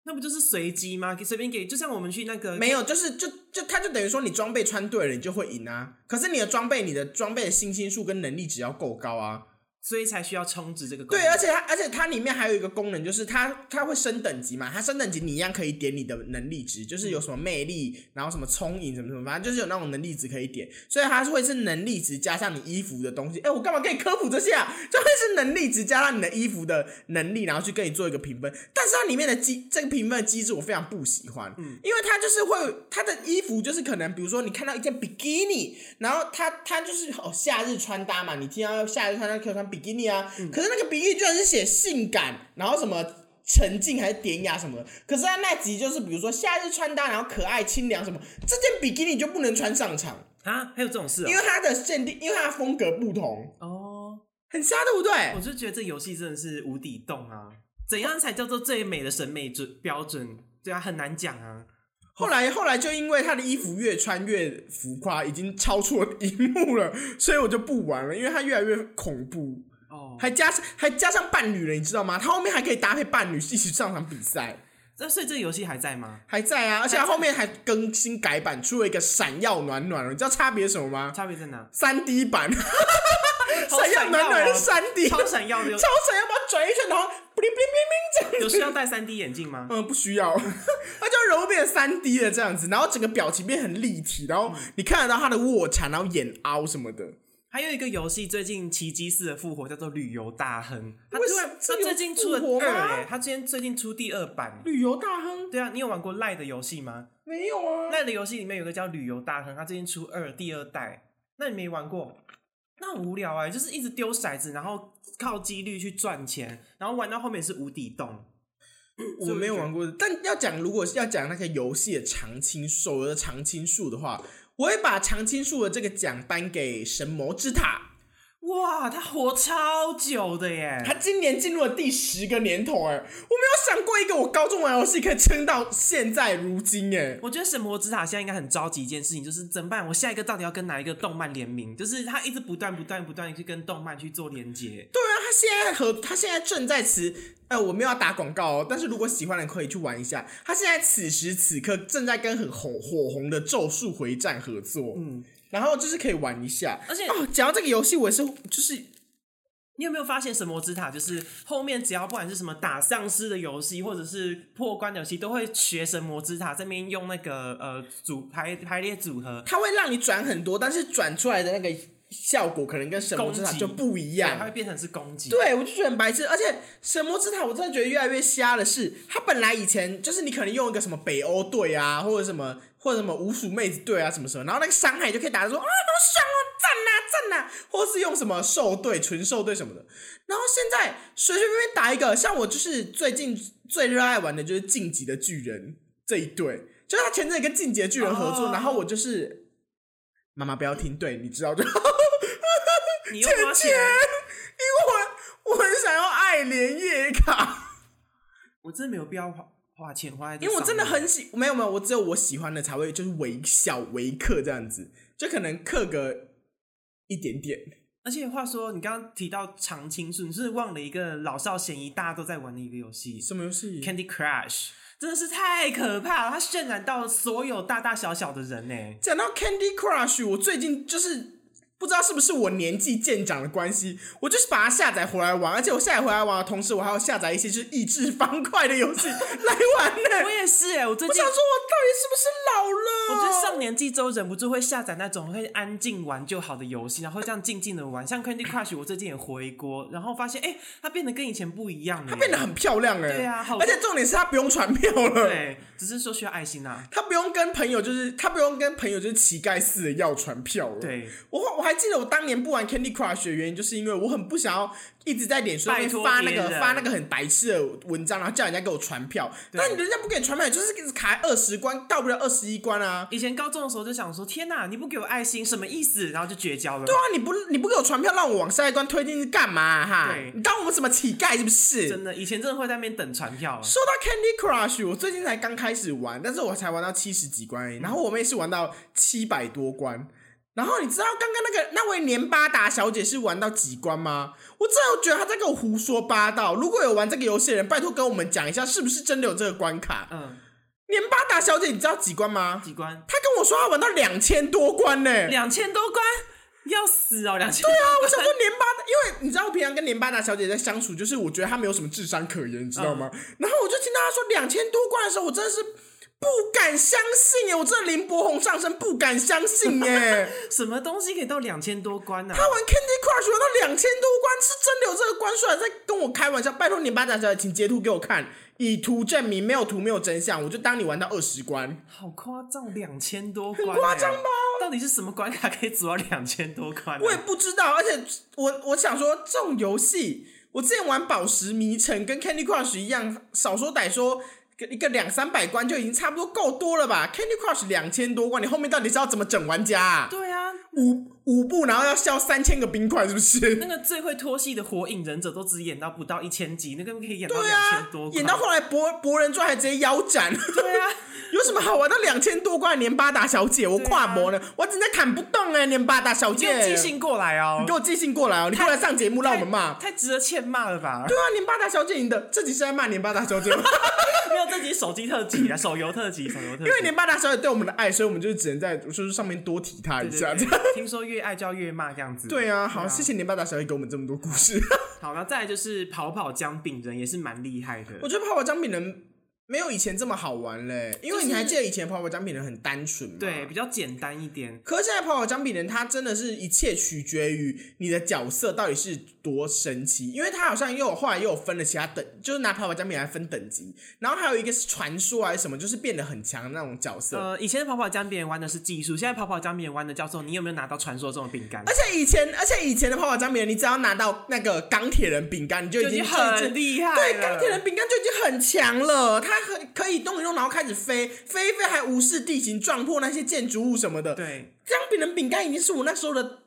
[SPEAKER 1] 那不就是随机吗？给随便给，就像我们去那个
[SPEAKER 2] 没有，就是就就他就等于说你装备穿对了，你就会赢啊。可是你的装备，你的装备的信心数跟能力只要够高啊。
[SPEAKER 1] 所以才需要充值这个功
[SPEAKER 2] 对，
[SPEAKER 1] 能。
[SPEAKER 2] 而且它而且它里面还有一个功能，就是它它会升等级嘛，它升等级你一样可以点你的能力值，就是有什么魅力，然后什么聪颖什么什么，反正就是有那种能力值可以点，所以它是会是能力值加上你衣服的东西。哎，我干嘛跟你科普这些啊？就会是能力值加上你的衣服的能力，然后去跟你做一个评分。但是它里面的机这个评分的机制我非常不喜欢，因为它就是会它的衣服就是可能比如说你看到一件比基尼，然后它它就是哦夏日穿搭嘛，你听到夏日穿搭可以穿比基尼啊，可是那个比基尼居然是写性感，然后什么。沉静还是典雅什么的，可是他那集就是比如说夏日穿搭，然后可爱清凉什么，这件比基尼就不能穿上场，
[SPEAKER 1] 啊，还有这种事、哦
[SPEAKER 2] 因为它的限定，因为它的风格不同，
[SPEAKER 1] 哦，
[SPEAKER 2] 很瞎，对不对？
[SPEAKER 1] 我就觉得这游戏真的是无底洞啊！怎样才叫做最美的审美准标准？对啊，很难讲啊。
[SPEAKER 2] 后来后来就因为他的衣服越穿越浮夸，已经超出了荧幕了，所以我就不玩了，因为他越来越恐怖，
[SPEAKER 1] 哦，
[SPEAKER 2] 还加上还加上伴侣了，你知道吗？他后面还可以搭配伴侣一起上场比赛，
[SPEAKER 1] 那所以这个游戏还在吗？
[SPEAKER 2] 还在啊，而且他后面还更新改版，出了一个闪耀暖暖了，你知道差别是什么吗？
[SPEAKER 1] 差别在哪？
[SPEAKER 2] 三 D 版，
[SPEAKER 1] 好
[SPEAKER 2] 闪耀暖暖是三 D，
[SPEAKER 1] 啊超闪耀的有
[SPEAKER 2] 超闪耀，把它转一圈，然后 bling bling bling bling 这样
[SPEAKER 1] 有
[SPEAKER 2] 子
[SPEAKER 1] 需要戴三 D 眼镜吗？
[SPEAKER 2] 嗯，不需要， 它就柔变三 D 的这样子，然后整个表情变很立体，然后你看得到他的卧蚕，然后眼凹什么的。
[SPEAKER 1] 还有一个游戏最近奇迹式的复活，叫做旅游大亨。它
[SPEAKER 2] 为
[SPEAKER 1] 突
[SPEAKER 2] 什
[SPEAKER 1] 然，它
[SPEAKER 2] 这有
[SPEAKER 1] 最近出了
[SPEAKER 2] 复活吗
[SPEAKER 1] 二哎、它今天最近出第二版。
[SPEAKER 2] 旅游大亨
[SPEAKER 1] 对啊，你有玩过赖的游戏吗？
[SPEAKER 2] 没有啊？
[SPEAKER 1] 赖的游戏里面有个叫旅游大亨，它最近出二第二代，那你没玩过？那很无聊哎、就是一直丢骰子，然后靠几率去赚钱，然后玩到后面是无底洞。
[SPEAKER 2] 我没有玩过，但要讲如果是要讲那个游戏的常青手游的常青树的话，我会把常青树的这个奖颁给神魔之塔。
[SPEAKER 1] 哇，他活超久的
[SPEAKER 2] 他
[SPEAKER 1] 耶！
[SPEAKER 2] 今年进入了第十个年头、哎，我没有想过一个我高中玩游戏可以撑到现在如今、哎，
[SPEAKER 1] 我觉得神魔之塔现在应该很着急一件事情，就是怎么办？我下一个到底要跟哪一个动漫联名？就是他一直不断、不断、不断地去跟动漫去做连接。
[SPEAKER 2] 对啊，他现在和他现在正在此，呃，我没有要打广告哦，但是如果喜欢的可以去玩一下。他现在此时此刻正在跟很红火红的《咒术回战》合作，嗯，然后就是可以玩一下。
[SPEAKER 1] 而且
[SPEAKER 2] 哦，讲到这个游戏，我也是就是
[SPEAKER 1] 你有没有发现神魔之塔就是后面只要不管是什么打丧尸的游戏，或者是破关的游戏，都会学神魔之塔这边用那个呃组排排列组合，
[SPEAKER 2] 它会让你转很多，但是转出来的那个效果可能跟《神魔之塔》
[SPEAKER 1] 攻击
[SPEAKER 2] 就不一
[SPEAKER 1] 对，它
[SPEAKER 2] 样
[SPEAKER 1] 会。变成是攻击。
[SPEAKER 2] 对，我就觉得很白痴，而且《神魔之塔》我真的觉得越来越瞎的是，它本来以前就是你可能用一个什么北欧队啊，或者什么或者什么五鼠妹子队啊什么什么，然后那个伤害就可以打得说啊好爽哦，赞呐、赞呐、或是用什么兽队、纯兽队什么的。然后现在随随便便打一个，像我就是最近最热爱玩的就是《晋级的巨人》这一队，就是他前阵子跟《晋级的巨人》合作，
[SPEAKER 1] 哦
[SPEAKER 2] 然后我就是妈妈不要听，对你知道就 好。
[SPEAKER 1] 你又花钱，
[SPEAKER 2] 因为我我很想要爱莲叶卡，
[SPEAKER 1] 我真的没有必要花花钱花在这
[SPEAKER 2] 因为我真的
[SPEAKER 1] 上面
[SPEAKER 2] 很喜，没有没有，我只有我喜欢的才会就是微小微刻这样子，就可能刻个一点点。
[SPEAKER 1] 而且话说，你刚刚提到常青树，你是不是忘了一个老少咸宜大家都在玩的一个游戏
[SPEAKER 2] 什么游戏？
[SPEAKER 1] ，Candy Crush，真的是太可怕了，它渲染到所有大大小小的人呢、
[SPEAKER 2] 讲到 Candy Crush，我最近就是不知道是不是我年纪渐长的关系，我就是把它下载回来玩，而且我下载回来玩的同时，我还要下载一些就是益智方块的游戏来玩 呢、
[SPEAKER 1] 我也是哎、我最
[SPEAKER 2] 我
[SPEAKER 1] 近
[SPEAKER 2] 想说，啊我到底是不是老
[SPEAKER 1] 我
[SPEAKER 2] 了？
[SPEAKER 1] 觉得上年纪之后忍不住会下载那种会安静玩就好的游戏，然后这样静静的玩，像 Candy Crush，我最近也回锅，然后发现哎、欸它变得跟以前不一样了耶，它
[SPEAKER 2] 变得很漂亮哎、
[SPEAKER 1] 对啊好
[SPEAKER 2] 而且重点是它不用传票了。
[SPEAKER 1] 对，只是说需要爱心啊，
[SPEAKER 2] 他不用跟朋友，就是他不用跟朋友就是乞丐似的要传票了。
[SPEAKER 1] 对，
[SPEAKER 2] 我我还记得我当年不玩 Candy Crush 的原因，就是因为我很不想要一直在脸书上面
[SPEAKER 1] 拜托
[SPEAKER 2] 发那个
[SPEAKER 1] 别人
[SPEAKER 2] 发那个很白痴的文章，然后叫人家给我传票。但人家不给你传票，你就是一直卡二十关，到不了二十一关啊。
[SPEAKER 1] 以前高中的时候就想说，天哪，你不给我爱心什么意思？然后就绝交了。
[SPEAKER 2] 对啊，你不你不给我传票，让我往下一关推进去干嘛啊、哈
[SPEAKER 1] 对？
[SPEAKER 2] 你当我们什么乞丐是不是？
[SPEAKER 1] 真的，以前真的会在那边等传票啊。
[SPEAKER 2] 说到 Candy Crush，我最近才刚开始玩，但是我才玩到七十几
[SPEAKER 1] 嗯
[SPEAKER 2] 关而已，然后我妹是玩到七百多关。然后你知道刚刚那个那位年巴达小姐是玩到几关吗？我真的觉得她在跟我胡说八道。如果有玩这个游戏的人，拜托跟我们讲一下，是不是真的有这个关卡？
[SPEAKER 1] 嗯，
[SPEAKER 2] 年巴达小姐，你知道几关吗？
[SPEAKER 1] 几关？
[SPEAKER 2] 她跟我说她玩到两千多关呢、
[SPEAKER 1] 两千多关，要死哦！两千
[SPEAKER 2] 对啊，我 想说年巴达，因为你知道我平常跟年巴达小姐在相处，就是我觉得她没有什么智商可言，你知道吗？然后我就听到她说两千多关的时候，我真的是不敢相信耶！我真的林柏宏上身不敢相信 耶！
[SPEAKER 1] 什么东西可以到两千多关呢、啊
[SPEAKER 2] 他玩 Candy Crush 玩到两千多关，是真的有这个关数，还在跟我开玩笑。拜托年巴达小姐，请截图给我看，以图证明，没有图没有真相，我就当你玩到二十关。
[SPEAKER 1] 好夸张，两千多关、欸，
[SPEAKER 2] 夸张吧？
[SPEAKER 1] 到底是什么关卡可以组到两千多关、啊？
[SPEAKER 2] 我也不知道，而且我我想说，这种游戏，我之前玩宝石迷城跟 Candy Crush 一样，少说歹说一个两三百关就已经差不多够多了吧？Candy Crush 两千多关，你后面到底是要怎么整玩家、啊？
[SPEAKER 1] 对啊，
[SPEAKER 2] 五五步，然后要消三千个冰块，是不
[SPEAKER 1] 那
[SPEAKER 2] 是？
[SPEAKER 1] 个最会拖戏的火影忍者都只演到不到一千集，那个可以演到
[SPEAKER 2] 对
[SPEAKER 1] 两
[SPEAKER 2] 啊
[SPEAKER 1] 千多，关，
[SPEAKER 2] 演到后来博博人传还直接腰斩，
[SPEAKER 1] 对啊，
[SPEAKER 2] 有什么好玩到两千多关？连巴达小姐，我跨模呢，我真的砍不动哎、连巴达小
[SPEAKER 1] 你给我寄
[SPEAKER 2] 姐，
[SPEAKER 1] 信过来哦
[SPEAKER 2] 你给，我寄信过来哦，你过来上节目让我们骂。
[SPEAKER 1] 太值得欠骂了吧？
[SPEAKER 2] 对啊，年八大小姐，你的这集是在骂年八大小姐 吗？
[SPEAKER 1] 没有这集手机特辑啊，手游特辑，手游特辑
[SPEAKER 2] 因为。年八大小姐对我们的爱，所以我们就只能在就是上面多提她一
[SPEAKER 1] 对
[SPEAKER 2] 下。
[SPEAKER 1] 对
[SPEAKER 2] 这样
[SPEAKER 1] 对听说越爱就要越骂这样子。
[SPEAKER 2] 对啊，好，谢谢年八大小姐给我们这么多故事。
[SPEAKER 1] 好，然后再来就是跑跑姜饼人也是蛮厉害的。
[SPEAKER 2] 我觉得泡泡姜饼人没有以前这么好玩嘞，因为你还
[SPEAKER 1] 就是
[SPEAKER 2] 记得以前泡泡姜饼人很单纯嘛？
[SPEAKER 1] 对，比。较简单一点。
[SPEAKER 2] 可是现在泡泡姜饼人，它真的是一切取决于你的角色到底是多神奇，因为它好像又有后来又有分了其他等，就是拿泡泡姜饼来分等级，然后还有一个是传说还是什么，就是变得很强的那种角色。
[SPEAKER 1] 呃，以前跑跑姜饼人玩的是技术，现在跑跑姜饼人玩的叫做你有没有拿到传说中的饼干
[SPEAKER 2] 而？且以前，而且以前的泡泡姜饼人，你只要拿到那个钢铁人饼干，你就已
[SPEAKER 1] 已经
[SPEAKER 2] 经
[SPEAKER 1] 很厉害了。
[SPEAKER 2] 对，钢铁人饼干就已经很强了，它很可以动一动，然后开始飞，飞一飞还无视地形，撞破那些建筑物什么的。，
[SPEAKER 1] 对，
[SPEAKER 2] 姜饼人饼干已经是我那时候的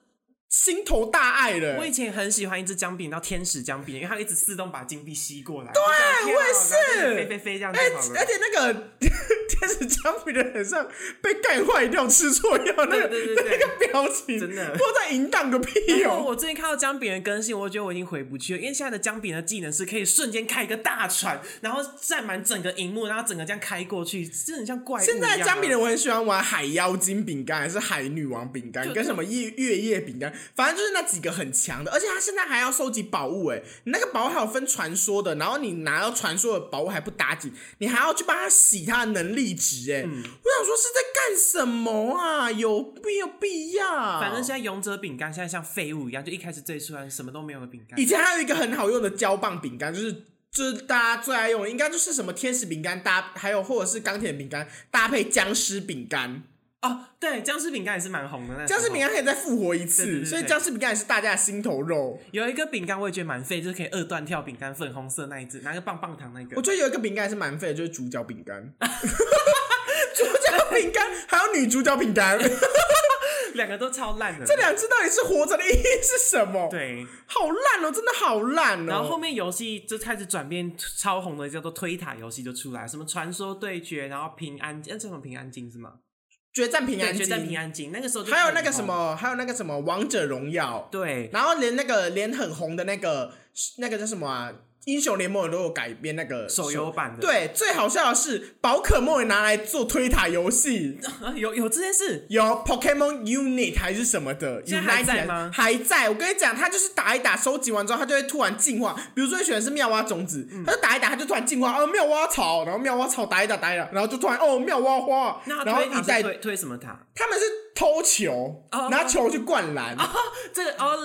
[SPEAKER 2] 心头大爱了。
[SPEAKER 1] 我以前很喜欢一只姜饼，叫天使姜饼，因为它一直自动把金币吸过来。对
[SPEAKER 2] 我也是
[SPEAKER 1] 飞飞飞这样就
[SPEAKER 2] 而
[SPEAKER 1] 好
[SPEAKER 2] 哎而
[SPEAKER 1] 了。
[SPEAKER 2] 且那个 天使姜饼人很像被干坏掉、吃错药那个
[SPEAKER 1] 对对对对
[SPEAKER 2] 那个表情，
[SPEAKER 1] 真的
[SPEAKER 2] 不知道在淫荡个屁
[SPEAKER 1] 然后
[SPEAKER 2] 哦、
[SPEAKER 1] 我最近看到姜饼人更新，我觉得我已经回不去了，因为现在的姜饼的技能是可以瞬间开一个大船，然后占满整个荧幕，然后整个这样开过去，真的很像怪物一样
[SPEAKER 2] 现
[SPEAKER 1] 啊。
[SPEAKER 2] 在的姜饼人我很喜欢玩海妖精饼干，还是海女王饼干，跟什么夜月夜饼干，反正就是那几个很强的。而且他现在还要收集宝物、欸，你那个宝物还有分传说的，然后你拿到传说的宝物还不打紧，你还要去帮他洗他的能力
[SPEAKER 1] 嗯
[SPEAKER 2] 值、欸，哎、我想说是在干什么啊？有没有必要？
[SPEAKER 1] 反正现在勇者饼干现在像废物一样，就一开始最初然什么都没有的饼干
[SPEAKER 2] 以。前还有一个很好用的胶棒饼干，就是就是大家最爱用的，应该就是什么天使饼干搭，还有或者是钢铁饼干搭配僵尸饼干。
[SPEAKER 1] 哦，对，僵尸饼干也是蛮红的。那时候
[SPEAKER 2] 僵尸饼干可以再复活一
[SPEAKER 1] 对
[SPEAKER 2] 次，
[SPEAKER 1] 对对对
[SPEAKER 2] 所以僵尸饼干也是大家的心头肉。
[SPEAKER 1] 有一个饼干我也觉得蛮废，就是可以二段跳饼干，粉红色那一只，拿个棒棒糖那个
[SPEAKER 2] 我。觉得有一个饼干还是蛮废的，就是主角饼干。 主角饼干还有女主角饼干，这
[SPEAKER 1] 两个都超烂的。
[SPEAKER 2] 两只到底是活着的意义是什么？，
[SPEAKER 1] 对，
[SPEAKER 2] 好烂哦，真的好烂哦。
[SPEAKER 1] 然后后面游戏就开始转变超红的，叫做推塔游戏就出来，什么传说对决，然后平安，那、叫什么平安京是吗？
[SPEAKER 2] 决战平
[SPEAKER 1] 对，
[SPEAKER 2] 安
[SPEAKER 1] 决
[SPEAKER 2] 京，
[SPEAKER 1] 战平安京，那个时候就
[SPEAKER 2] 还有那个
[SPEAKER 1] 很红
[SPEAKER 2] 什，么，还有那个什么王者荣耀，
[SPEAKER 1] 对，
[SPEAKER 2] 然后连那个连很红的那个那个叫什么啊？英雄联盟都有改编那个
[SPEAKER 1] 手游版的，
[SPEAKER 2] 对，最好笑的是宝可梦也拿来做推塔游戏。
[SPEAKER 1] 啊，有有这件事，
[SPEAKER 2] 有 Pokemon Unit 还是什么的，
[SPEAKER 1] 现在还
[SPEAKER 2] Unite
[SPEAKER 1] 在吗
[SPEAKER 2] 还在。我跟你讲，它就是打一打，收集完之后，它就会突然进化。比如说，选的是妙蛙种子，
[SPEAKER 1] 嗯
[SPEAKER 2] 它就打一打，它就突然进化，哦，妙蛙草，然后妙蛙草打一打，打一打，然后就突然哦，妙蛙花，
[SPEAKER 1] 那
[SPEAKER 2] 然后
[SPEAKER 1] 推塔
[SPEAKER 2] 一
[SPEAKER 1] 是
[SPEAKER 2] 代
[SPEAKER 1] 推推什么塔？
[SPEAKER 2] 他们是偷球，拿球去灌篮，
[SPEAKER 1] 这个哦，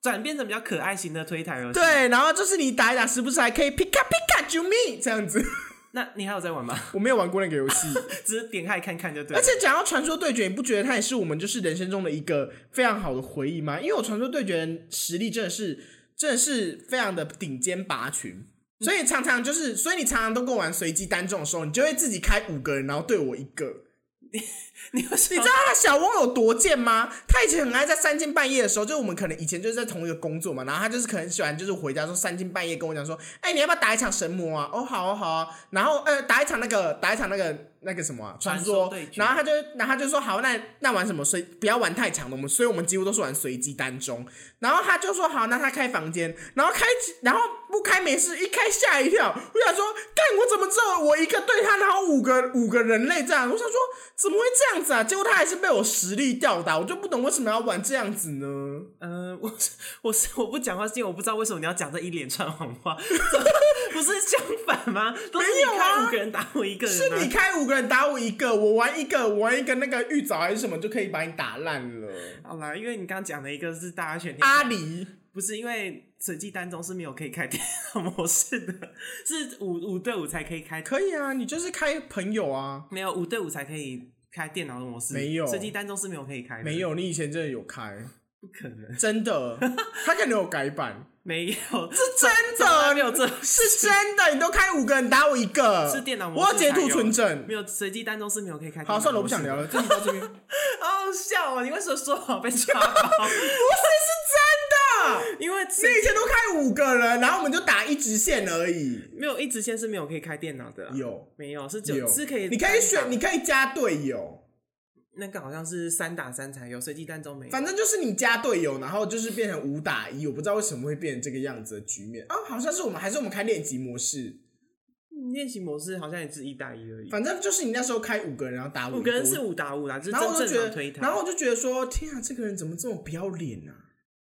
[SPEAKER 1] 转变成比较可爱型的推塔游戏，
[SPEAKER 2] 对，然后就是你打一打，时不时还可以 Pika Pika 救命这样子。
[SPEAKER 1] 那你还有在玩吗？
[SPEAKER 2] 我没有玩过那个游戏，
[SPEAKER 1] 只是点开看看就对
[SPEAKER 2] 而
[SPEAKER 1] 了。
[SPEAKER 2] 且讲到传说对决，你不觉得它也是我们就是人生中的一个非常好的回忆吗？因为我传说对决的实力真的是真的是非常的顶尖拔群，所以常常就是，所以你常常都跟我玩随机单中的时候，你就会自己开五个人，然后对我一个。
[SPEAKER 1] 你为什
[SPEAKER 2] 你
[SPEAKER 1] 么
[SPEAKER 2] 知道他小翁有多贱吗？他以前很爱在三更半夜的时候，就是我们可能以前就是在同一个工作嘛，然后他就是可能很喜欢就是回家说三更半夜跟我讲说，哎、你要不要打一场神魔啊？哦，好哦好啊，然后呃，打一场那个打一场那个那个什么、啊、传
[SPEAKER 1] 传说
[SPEAKER 2] 说
[SPEAKER 1] 对，决
[SPEAKER 2] 然后他就然后他就说好，那那玩什么随不要玩太长的，我们所以我们几乎都是玩随机单中，然后他就说好，那他开房间，然后开然后不开没事，一开吓一跳，我想说干我怎么知道我一个对他，然后五个五个人类这样，我想说怎么会这样子啊？结果他还是被我实力吊打，我就不懂为什么要玩这样子呢？
[SPEAKER 1] 呃，我 是我是我不讲话，是因为我不知道为什么你要讲这一连串谎话，不是相反吗？都是
[SPEAKER 2] 没有
[SPEAKER 1] 你
[SPEAKER 2] 啊
[SPEAKER 1] 看五个人打我一个
[SPEAKER 2] 是
[SPEAKER 1] 人、
[SPEAKER 2] 你
[SPEAKER 1] 啊，
[SPEAKER 2] 开五个人打我一个，我玩一个，我玩一个那个玉藻还是什么就可以把你打烂了。
[SPEAKER 1] 好啦，因为你刚刚讲的一个是大家选定，
[SPEAKER 2] 阿狸，
[SPEAKER 1] 不是因为随机单中是没有可以开电脑模式的，是五五对五才可以开，
[SPEAKER 2] 可以啊，你就是开朋友啊，
[SPEAKER 1] 没有五对五才可以开电脑的模式，
[SPEAKER 2] 没有
[SPEAKER 1] 随机单中是没有可以开的，
[SPEAKER 2] 没有，你以前真的 有开，
[SPEAKER 1] 不可能，
[SPEAKER 2] 真的，他可能有改 版，
[SPEAKER 1] 没有，
[SPEAKER 2] 是真
[SPEAKER 1] 从来
[SPEAKER 2] 的
[SPEAKER 1] 没，有这
[SPEAKER 2] 是真的，你都开五个人打我一个，
[SPEAKER 1] 是电脑模
[SPEAKER 2] 我
[SPEAKER 1] 式
[SPEAKER 2] 有截图存证。
[SPEAKER 1] 没有随机单中是没有可以开电脑模
[SPEAKER 2] 好，
[SPEAKER 1] 式的。
[SPEAKER 2] 算了，我不想聊了，这集到 这边。
[SPEAKER 1] 好好笑哦！你为什么说好被抓 包？
[SPEAKER 2] 不是，是真的，
[SPEAKER 1] 因为随
[SPEAKER 2] 啊你以前都开五个人，然后我们就打一直线而已。
[SPEAKER 1] 没有一直线是没有可以开电脑的啊、
[SPEAKER 2] 有
[SPEAKER 1] 没有是
[SPEAKER 2] 有
[SPEAKER 1] 九，是可以，
[SPEAKER 2] 你可以选，你可以加队友，
[SPEAKER 1] 那个好像是三打三才有，随机单中没有。
[SPEAKER 2] 反正就是你加队友，然后就是变成五打一。我不知道为什么会变成这个样子的局面啊，好像是我们还是我们开练级模式，
[SPEAKER 1] 练习模式好像也是一打一而已，
[SPEAKER 2] 反正就是你那时候开五个人，然后打
[SPEAKER 1] 五
[SPEAKER 2] 五
[SPEAKER 1] 个人
[SPEAKER 2] 我
[SPEAKER 1] 是五打五啦，就是
[SPEAKER 2] 然后我就
[SPEAKER 1] 真
[SPEAKER 2] 觉
[SPEAKER 1] 正的
[SPEAKER 2] 得
[SPEAKER 1] 推，塔。
[SPEAKER 2] 然后我就觉得说，天啊，这个人怎么这么不要脸啊？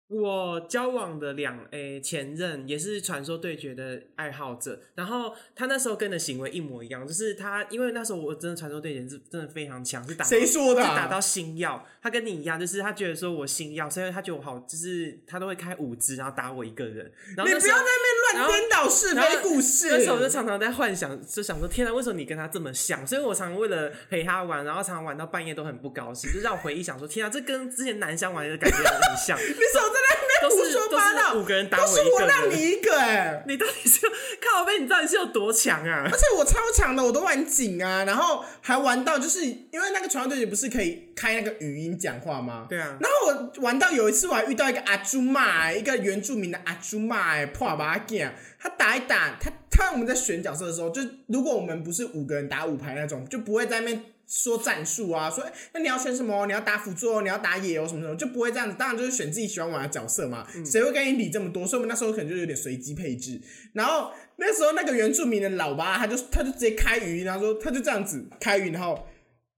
[SPEAKER 1] 我交往的两诶、前任也是传说对决的爱好者，然后他那时候跟的行为一模一样，就是他因为那时候我真的传说对决是真的非常强，是打到
[SPEAKER 2] 谁说的啊
[SPEAKER 1] 是打到星耀，他跟你一样，就是他觉得说我星耀，所以他觉得我好，就是他都会开五支，然后打我一个人。然后
[SPEAKER 2] 你
[SPEAKER 1] 那
[SPEAKER 2] 不
[SPEAKER 1] 时
[SPEAKER 2] 要
[SPEAKER 1] 候
[SPEAKER 2] 在那边乱颠倒是
[SPEAKER 1] 然后
[SPEAKER 2] 非故事。
[SPEAKER 1] 那时候我就常常在幻想，就想说天哪，为什么你跟他这么像？所以我常为了陪他玩，然后常常玩到半夜都很不高兴，就让我回忆想说，天啊，这跟之前南湘玩的感觉很 像。
[SPEAKER 2] 你手在那边胡说八道，
[SPEAKER 1] 都是都是五个人打
[SPEAKER 2] 都
[SPEAKER 1] 我
[SPEAKER 2] 是
[SPEAKER 1] 一个
[SPEAKER 2] 我
[SPEAKER 1] 人
[SPEAKER 2] 让你一个哎、欸。
[SPEAKER 1] 你到底是靠背？你到底是有多强啊
[SPEAKER 2] 而？且我超强的，我都玩紧啊，然后还玩到就是因为那个传说对决不是可以开那个语音讲话吗？
[SPEAKER 1] 对啊
[SPEAKER 2] 然后我玩到有一次我还遇到一个阿朱妈、一个原住民的阿朱妈、欸，破把剑，他打一打，他他我们在选角色的时候，就如果我们不是五个人打五排那种，就不会在那边。说战术啊，说、欸那你要选什么？你要打辅助哦，你要打野哦，什么什么，就不会这样子。当然就是选自己喜欢玩的角色嘛，谁、会跟你理这么多？所以我们那时候可能就有点随机配置。然后那时候那个原住民的老爸，他就他就直接开语音，然后说他就这样子开语音，然后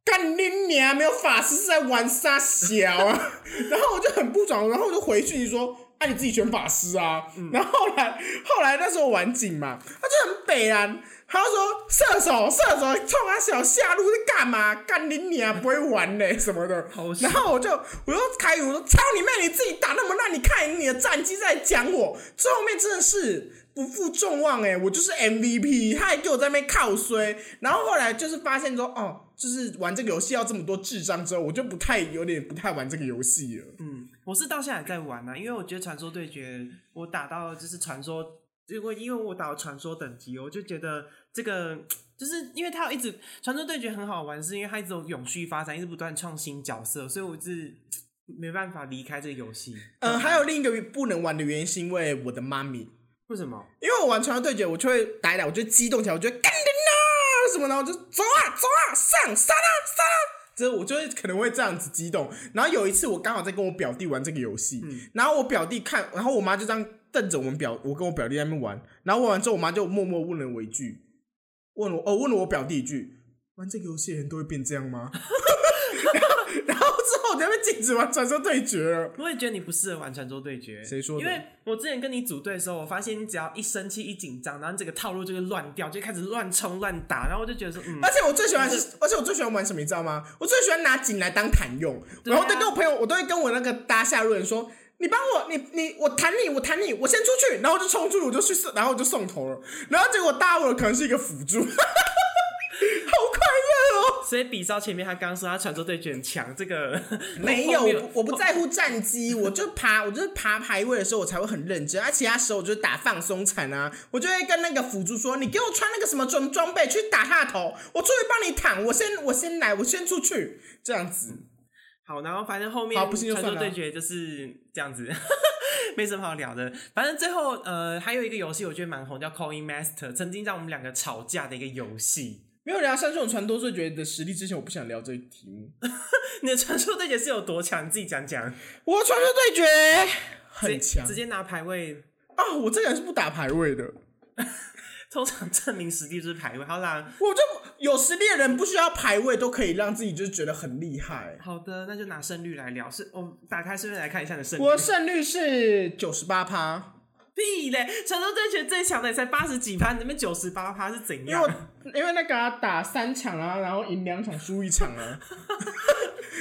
[SPEAKER 2] 干你娘！没有法师是在玩啥小啊？然后我就很不爽，然后我就回去说：“啊，你自己选法师啊。然后后来后来那时候玩景嘛，他就很北然，他就说：“射手射手冲他小下路在干嘛？干你娘！不会玩嘞、什么的。
[SPEAKER 1] 好”
[SPEAKER 2] 然后我就我又开语我说：“操你妹！你自己打那么烂，你看你的战绩在讲我。”最后面真的是。不负众望哎、我就是 MVP，他还给我在那边靠衰，然后后来就是发现说，哦，就是玩这个游戏要这么多智障之后，我就不太有点不太玩这个游戏了。
[SPEAKER 1] 嗯，我是到现在还在玩呢、啊因为我觉得传说对决，我打到就是传说，因为因为我打到传说等级，我就觉得这个。就是因为它有一直传说对决很好玩，是因为它一直有永续发展，一直不断创新角色，所以我一直没办法离开这个游戏。
[SPEAKER 2] 嗯、还有另一个不能玩的原因是因为我的妈咪，
[SPEAKER 1] 为什么？
[SPEAKER 2] 因为我玩《传说对决》，我就会打一打，我就激动起来，我就会干你呐什么，然后我就走啊走啊上杀啊杀啊，这我就会可能会这样子激动。然后有一次我刚好在跟我表弟玩这个游戏，然后我表弟看，然后我妈就这样瞪着我们表，我跟我表弟在那边玩，然后玩完之后，我妈就默默问了我一句，问我哦问了我表弟一句，玩这个游戏的人都会变这样吗？ 然后然 后之后我就被禁止玩《传说对决》了。
[SPEAKER 1] 我也觉得你不适合玩传说对决。
[SPEAKER 2] 谁说的
[SPEAKER 1] 因为我之前跟你组队的时候，我发现你只要一生气、一紧张，然后你整个套路就会乱掉，就开始乱冲乱打，然后我就觉得说，嗯，
[SPEAKER 2] 而且我最喜欢是，而且我最喜欢玩什么，你知道吗？我最喜欢拿锦来当弹用，
[SPEAKER 1] 对啊
[SPEAKER 2] 然后再跟我朋友，我都会跟我那个搭下路人说，你帮我，你你我弹你，我弹你，我先出去，然后我就冲出去，我就去送，然后我就送头了，然后结果大我的可能是一个辅助，好 快乐哦！
[SPEAKER 1] 所以比照前面他刚说他传说对决很强，这 个
[SPEAKER 2] 没有，
[SPEAKER 1] 后
[SPEAKER 2] 我
[SPEAKER 1] 面哦
[SPEAKER 2] 不我不在乎战绩，我就爬，我就是爬排位的时候我才会很认真，啊而、其他时候我就是打放松铲啊，我就会跟那个辅助说，你给我穿那个什么装装备去打他的头，我出去帮你躺，我先我先来，我先出去，这样子。
[SPEAKER 1] 好，然后反正后面
[SPEAKER 2] 好不信就
[SPEAKER 1] 传说
[SPEAKER 2] 算了
[SPEAKER 1] 对决就是这样子， 没什么好聊的。反正最后呃，还有一个游戏我觉得蛮红，叫 Coin Master，曾经让我们两个吵架的一个游戏。
[SPEAKER 2] 没有人要相信我传多数觉的实力之前，我不想聊这个题目。
[SPEAKER 1] 你的传说对决是有多强？你自己讲
[SPEAKER 2] 嗯
[SPEAKER 1] 讲。
[SPEAKER 2] 我传说对决
[SPEAKER 1] 直
[SPEAKER 2] 很强
[SPEAKER 1] 直接拿排位，
[SPEAKER 2] 啊！我这个人是不打排位的，
[SPEAKER 1] 通常证明实力就是排位。好啦，
[SPEAKER 2] 我就有实力的人不需要排位都可以让自己就是觉得很厉害。
[SPEAKER 1] 好的，那就拿胜率来聊。是我们打开顺便来看一下你的胜率。
[SPEAKER 2] 我胜率是九十八趴，
[SPEAKER 1] 屁嘞！传说对决最强的也才八十几趴，你那边九十八趴是怎
[SPEAKER 2] 因为
[SPEAKER 1] 样？
[SPEAKER 2] 我因为那个、啊、打三场啊，然后赢两场输一场 啊。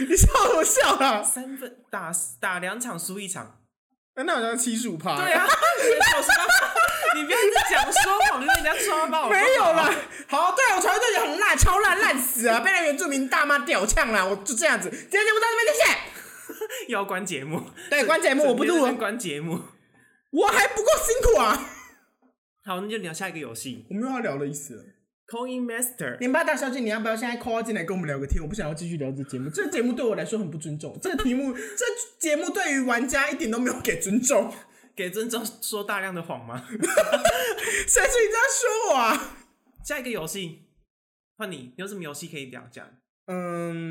[SPEAKER 2] 你笑什么笑啊？
[SPEAKER 1] 三分打打两场输一场，
[SPEAKER 2] 那那好像七十五趴。
[SPEAKER 1] 对啊，九十八， 你不要一直讲说谎，让人家抓包。
[SPEAKER 2] 没有啦，好，啊对我传说对决很烂，超烂，烂死 啊！被那原住民大妈屌呛啦，我就这样子。今天节目到这边，谢谢。
[SPEAKER 1] 又要关节目，
[SPEAKER 2] 对，关节目我不
[SPEAKER 1] 整
[SPEAKER 2] 录
[SPEAKER 1] 天在
[SPEAKER 2] 了，
[SPEAKER 1] 关节目。
[SPEAKER 2] 我还不够辛苦啊！
[SPEAKER 1] 好，那就聊下一个游戏
[SPEAKER 2] 我没有要聊的意思了。
[SPEAKER 1] ，Coin Master。
[SPEAKER 2] 零八大小姐，你要不要现在 call 进来跟我们聊个天？我不想要继续聊这节目，这个节目对我来说很不尊重。这个题目，这节目对于玩家一点都没有给尊重。
[SPEAKER 1] 给尊重说大量的谎吗？
[SPEAKER 2] 谁是你这样说我啊？
[SPEAKER 1] 下一个游戏，换你，你有什么游戏可以聊讲？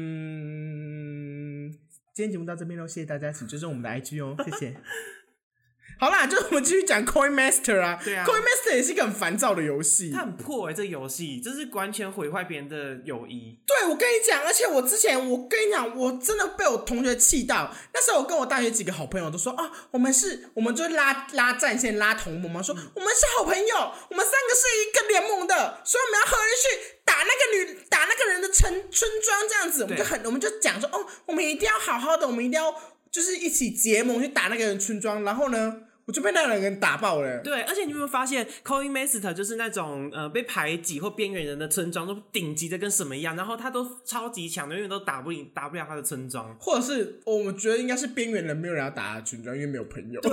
[SPEAKER 2] 嗯，今天节目到这边喽，谢谢大家，请追踪我们的 IG 哦，谢谢。 好啦，就我们继续讲 Coin Master 啊，
[SPEAKER 1] 对啊
[SPEAKER 2] c o i n Master 也是一个很烦躁的游戏
[SPEAKER 1] 它。很破哎、这个游戏这是完全毁坏别人的友谊。
[SPEAKER 2] 对，我跟你讲，而且我之前我跟你讲，我真的被我同学气到。那时候我跟我大学几个好朋友都说啊，我们是，我们就拉拉战线、拉同盟嘛，说我们是好朋友，我们三个是一个联盟的，所以我们要合力去打那个女、打那个人的城村庄这样子，我们就
[SPEAKER 1] 对
[SPEAKER 2] 很，我们就讲说哦，我们一定要好好的，我们一定要就是一起结盟去打那个人村庄。然后呢，我就被那两个人打爆了、
[SPEAKER 1] 对，而且你有没有发现，Coin Master 就是那种呃被排挤或边缘人的村庄都顶级的跟什么一样，然后他都超级强的，永远都打不赢、打不了他的村庄。
[SPEAKER 2] 或者是哦我们觉得应该是边缘人，没有人要打他的村庄，因为没有朋 友。
[SPEAKER 1] 对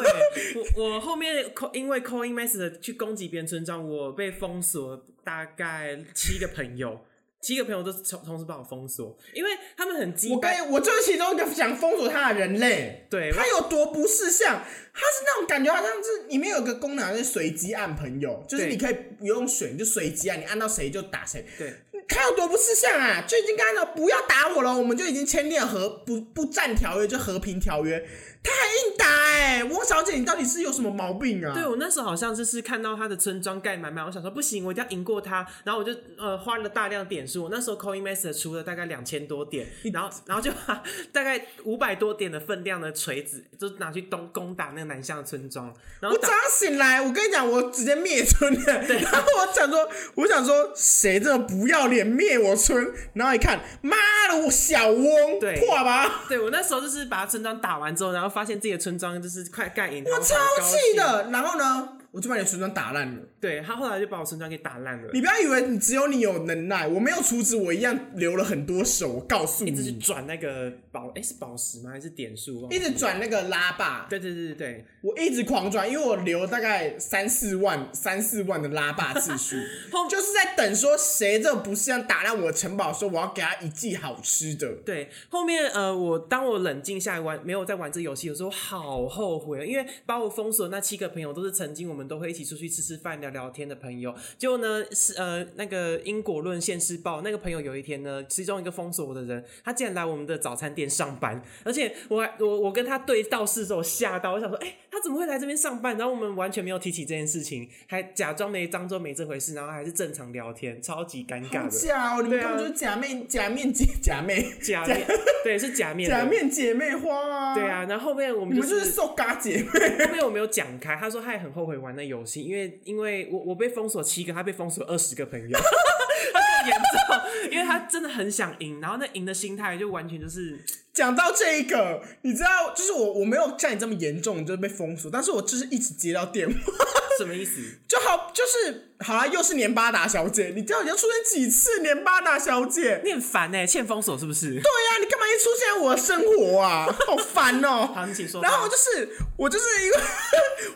[SPEAKER 1] 我，我后面 co- 因为 Coin Master 去攻击别人村庄，我被封锁大概七个朋友，七个朋友都同同时把我封锁，因为他们很鸡
[SPEAKER 2] 我
[SPEAKER 1] 掰。
[SPEAKER 2] 跟我就是其中一个想封锁他的人类，
[SPEAKER 1] 对
[SPEAKER 2] 他有多不识相？他是那种感觉，好像是里面有个功能好像是随机按朋友，就是
[SPEAKER 1] 对
[SPEAKER 2] 你可以不用选，你就随机按，你按到谁就打谁。
[SPEAKER 1] 对，
[SPEAKER 2] 他有多不识相啊？就已经跟他讲不要打我了，我们就已经签订了和不不战条约，就和平条约。他还硬打哎、汪小姐，你到底是有什么毛病啊？
[SPEAKER 1] 对我那时候好像就是看到他的村庄盖满满，我想说不行，我一定要赢过他，然后我就呃花了大量点数，我那时候 Coin Master 出了大概两千多点，然 后然后就把大概五百多点的分量的锤子就拿去东攻打那个南向的村庄，然后
[SPEAKER 2] 我早
[SPEAKER 1] 打
[SPEAKER 2] 上醒来，我跟你讲，我直接灭村了。然后我想说，我想说，谁这么不要脸灭我村？然后一看，妈的，我小翁，
[SPEAKER 1] 对
[SPEAKER 2] 破吧！
[SPEAKER 1] 对我那时候就是把村庄打完之后，然后发现自己的村庄就是快盖赢，
[SPEAKER 2] 我
[SPEAKER 1] 我
[SPEAKER 2] 超气，的。然后呢，我就把你村庄打烂了。
[SPEAKER 1] 对他后来就把我村庄给打烂了，
[SPEAKER 2] 你不要以为你只有你有能耐，我没有厨子，我一样留了很多手。我告诉
[SPEAKER 1] 一直去
[SPEAKER 2] 你，
[SPEAKER 1] 转那个宝哎、是宝石吗还是点数？忘
[SPEAKER 2] 一
[SPEAKER 1] 了
[SPEAKER 2] 直转那个拉霸，
[SPEAKER 1] 对对对对对，
[SPEAKER 2] 我一直狂转，因为我留大概三四万、三四万的拉霸次 数
[SPEAKER 1] 后，
[SPEAKER 2] 就是在等说谁这不是想打烂我的城堡，说我要给他一记好吃的。
[SPEAKER 1] 对，后面呃，我当我冷静下来玩，没有在玩这游戏的时候，好后悔哦，因为把我封锁的那七个朋友都是曾经我们都会一起出去吃吃饭、聊聊天的朋友。结果呢，是呃那个因果论现世报那个朋友有一天呢，其中一个封锁我的人，他竟然来我们的早餐店上班，而且我还我我跟他对到视的时候吓到，我想说，哎、他怎么会来这边上班？然后我们完全没有提起这件事情，还假装没当做没这回事，然后还是正常聊天，超级尴尬的。
[SPEAKER 2] 假哦，你们
[SPEAKER 1] 对啊
[SPEAKER 2] 根本就是假 面、假面姐、假妹、
[SPEAKER 1] 假面对是假面的
[SPEAKER 2] 假面姐妹花啊！
[SPEAKER 1] 对，啊，然后后面我们
[SPEAKER 2] 你
[SPEAKER 1] 就
[SPEAKER 2] 们就是是瘦嘎姐妹。
[SPEAKER 1] 后面我没有讲开，他说他也很后悔玩那游戏，因为因为我我被封锁七个，他被封锁二十个朋友， 他更严重，因为他真的很想赢，然后那赢的心态就完全就是
[SPEAKER 2] 讲到这一个，你知道，就是我我没有像你这么严重，就是被封锁，但是我就是一直接到电话，
[SPEAKER 1] 什么意思？
[SPEAKER 2] 就好，就是好啦，又是年巴达小姐，你知道你要出现几次年巴达小姐？
[SPEAKER 1] 你很烦哎、欠封锁是不是？
[SPEAKER 2] 对呀、你干嘛一直出现在我的生活啊？好烦哦、
[SPEAKER 1] 好，你请说吧。
[SPEAKER 2] 然后我就是我就是因为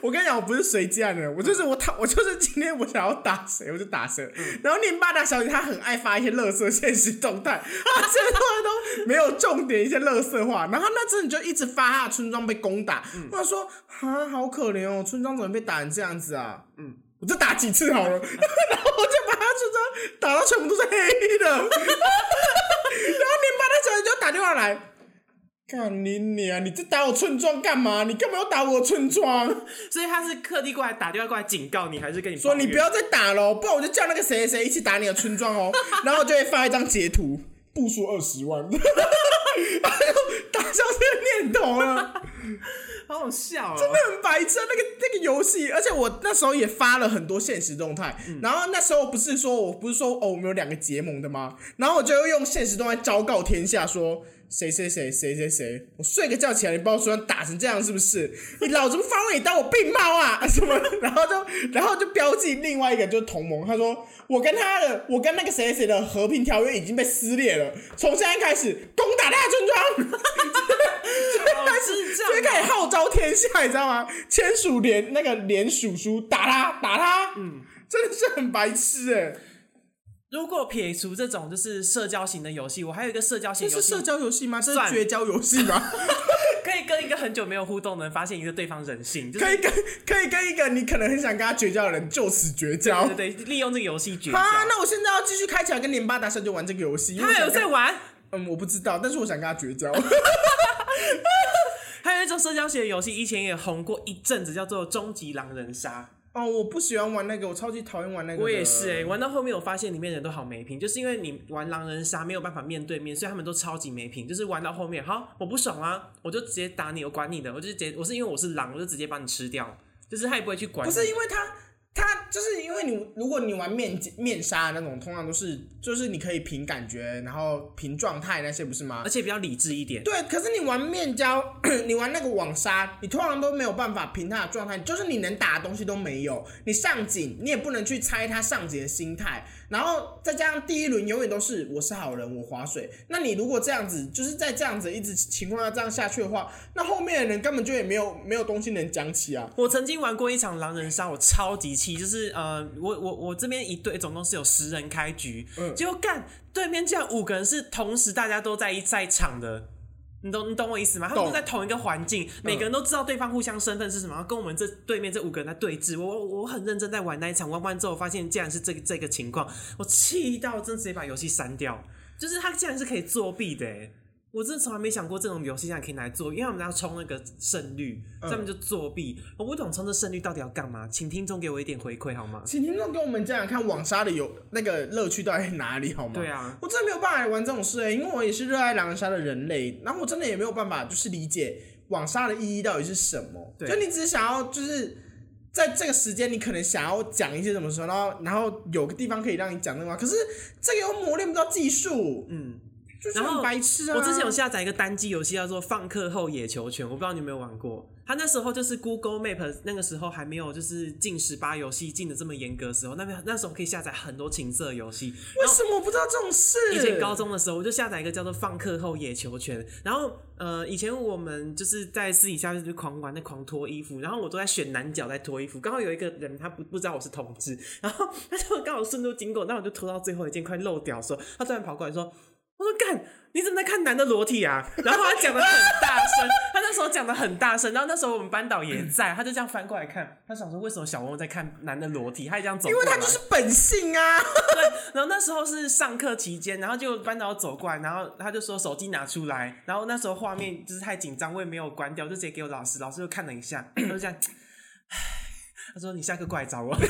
[SPEAKER 2] 我跟你讲，我不是随机的人，我
[SPEAKER 1] 嗯
[SPEAKER 2] 就是我他我就是今天我想要打谁我就打谁。然后年巴达小姐她很爱发一些乐色现实动态， 她现在都没有重点一些乐色话，然后她那真的就一直发她的村庄被攻打，
[SPEAKER 1] 嗯
[SPEAKER 2] 我想说啊好可怜哦，村庄怎么被打成这样子啊？嗯，我就打几次好了，然后 我就把她村庄打到全部都是黑的。 然后年巴的小姐就打电话来，干你你啊！你这打我村庄干嘛？你干嘛要打我村庄？
[SPEAKER 1] 所以他是特地过来打电话过来警告你，还是跟你
[SPEAKER 2] 说你不
[SPEAKER 1] 要？
[SPEAKER 2] 要再打了哦，不然我就叫那个谁谁谁一起打你的村庄哦。然后我就会发一张截图，步数二十万， 哎打消这个念头啊了。
[SPEAKER 1] 好好笑哦、
[SPEAKER 2] 那很白痴啊，那个那个游戏，而且我那时候也发了很多现实动态，然后那时候不是说我不是说哦我们有两个结盟的吗？然后我就用现实动态昭告天下说。谁谁谁谁谁谁，我睡个觉起来，你把我手上打成这样是不是？你老子不放过你，当我病猫啊 什么？然后就然后就标记另外一个就是同盟，他说我跟他的我跟那个谁谁的和平条约已经被撕裂了，从现在开始攻打他的村庄。
[SPEAKER 1] 好智障哦
[SPEAKER 2] 就开始号召天下，你知道吗？签署联那个联署书，打他，打他，嗯，真的是很白痴哎、
[SPEAKER 1] 如果撇除这种就是社交型的游戏，我还有一个社交型
[SPEAKER 2] 这
[SPEAKER 1] 游
[SPEAKER 2] 是
[SPEAKER 1] 戏
[SPEAKER 2] 社，交游戏吗？这
[SPEAKER 1] 算
[SPEAKER 2] 是绝交游戏吗？
[SPEAKER 1] 可以跟一个很久没有互动的人发现一个对方人性，就是
[SPEAKER 2] 可以跟可以跟一个你可能很想跟他绝交的人就此绝交
[SPEAKER 1] 对对对，利用这个游戏绝交。
[SPEAKER 2] 啊！那我现在要继续开起来跟连巴达小姐玩这个游戏，因
[SPEAKER 1] 他
[SPEAKER 2] 为
[SPEAKER 1] 还有
[SPEAKER 2] 我想
[SPEAKER 1] 在
[SPEAKER 2] 跟
[SPEAKER 1] 玩，
[SPEAKER 2] 嗯，我不知道，但是我想跟他 绝交。
[SPEAKER 1] 还有一种社交型的游戏，以前也红过一阵子，叫做《终极狼人杀
[SPEAKER 2] 哦，我不喜欢玩那个，我超级讨厌玩那》。个。
[SPEAKER 1] 我也是哎、，玩到后面我发现里面人都好没品，就是因为你玩狼人杀没有办法面对面，所以他们都超级没品。就是玩到后面，好，我不爽啊，我就直接打你，我管你的，我就直接我是因为我是狼，我就直接把你吃掉，就是他也不会去管你。
[SPEAKER 2] 不是因为他，他就是因为你，如果你玩面面纱那种，通常都是就是你可以凭感觉，然后凭状态那些，不是吗
[SPEAKER 1] 而？且比较理智一点。
[SPEAKER 2] 对，可是你玩面交，你玩那个网杀，你通常都没有办法凭他的状态，就是你能打的东西都没有。你上井，你也不能去猜他上井的心态，然后再加上第一轮永远都是我是好人，我划水。那你如果这样子，就是在这样子一直情况下这样下去的话，那后面的人根本就也没有没有东西能讲起啊。
[SPEAKER 1] 我曾经玩过一场狼人杀，我超级气，就是呃，我我我这边一队总共是有十人开局，结果干对面竟然五个人是同时大家都在一在场的。你懂你懂我意思吗？他们都
[SPEAKER 2] 懂
[SPEAKER 1] 在同一个环境，每个人都知道对方互相身份是什么，然后跟我们这对面这五个人在对峙。我我我很认真在玩那一场，玩完之后发现竟然是这个这个情况，我气到真直接把游戏删掉。就是他竟然是可以作弊的、欸，我真的从来没想过这种游戏竟然可以拿来做，因为他们要冲那个胜率，
[SPEAKER 2] 嗯
[SPEAKER 1] 所以他们就作弊。我不懂冲这胜率到底要干嘛，请听众给我一点回馈好吗？
[SPEAKER 2] 请听众跟我们讲讲看网杀的有那个乐趣到底在哪里好吗？
[SPEAKER 1] 对啊，
[SPEAKER 2] 我真的没有办法玩这种事哎、因为我也是热爱狼人杀的人类，然后我真的也没有办法就是理解网杀的意义到底是什么。
[SPEAKER 1] 对
[SPEAKER 2] 就你只是想要就是在这个时间，你可能想要讲一些什么时候，然后然后有个地方可以让你讲那个话，可是这个又磨练不到技术，嗯，就是
[SPEAKER 1] 然后
[SPEAKER 2] 很白痴啊。
[SPEAKER 1] 我之前有下载一个单机游戏叫做《放课后野球拳》，我不知道你有没有玩过。它那时候就是 Google Map 那个时候还没有就是禁十八游戏禁的这么严格的时候，那边那时候可以下载很多情色游戏，
[SPEAKER 2] 为什么我不知道这种事？
[SPEAKER 1] 以前高中的时候，我就下载一个叫做“放课后野球拳”，然后呃，以前我们就是在私底下就是狂玩、那狂脱衣服，然后我都在选男角在脱衣服。刚好有一个人他不不知道我是同志， 然后他就刚好顺路经过，那我就脱到最后一件快漏掉的时候，他突然跑过来说。我说干，你怎么在看男的裸体啊？ 然后他讲的很大声，他那时候讲的很大声，然后那时候我们班导也在，他就这样翻过来看，他想说为什么小朋友在看男的裸体，他也这样走
[SPEAKER 2] 因
[SPEAKER 1] 过
[SPEAKER 2] 为
[SPEAKER 1] 来，
[SPEAKER 2] 他就是本性啊。
[SPEAKER 1] 对，然后那时候是上课期间，然后就班导走过来，然后他就说手机拿出来，然后那时候画面就是太紧张，我也没有关掉，就直接给我老师，老师就看了一下，他就这样，唉他说你下课过来找我。哦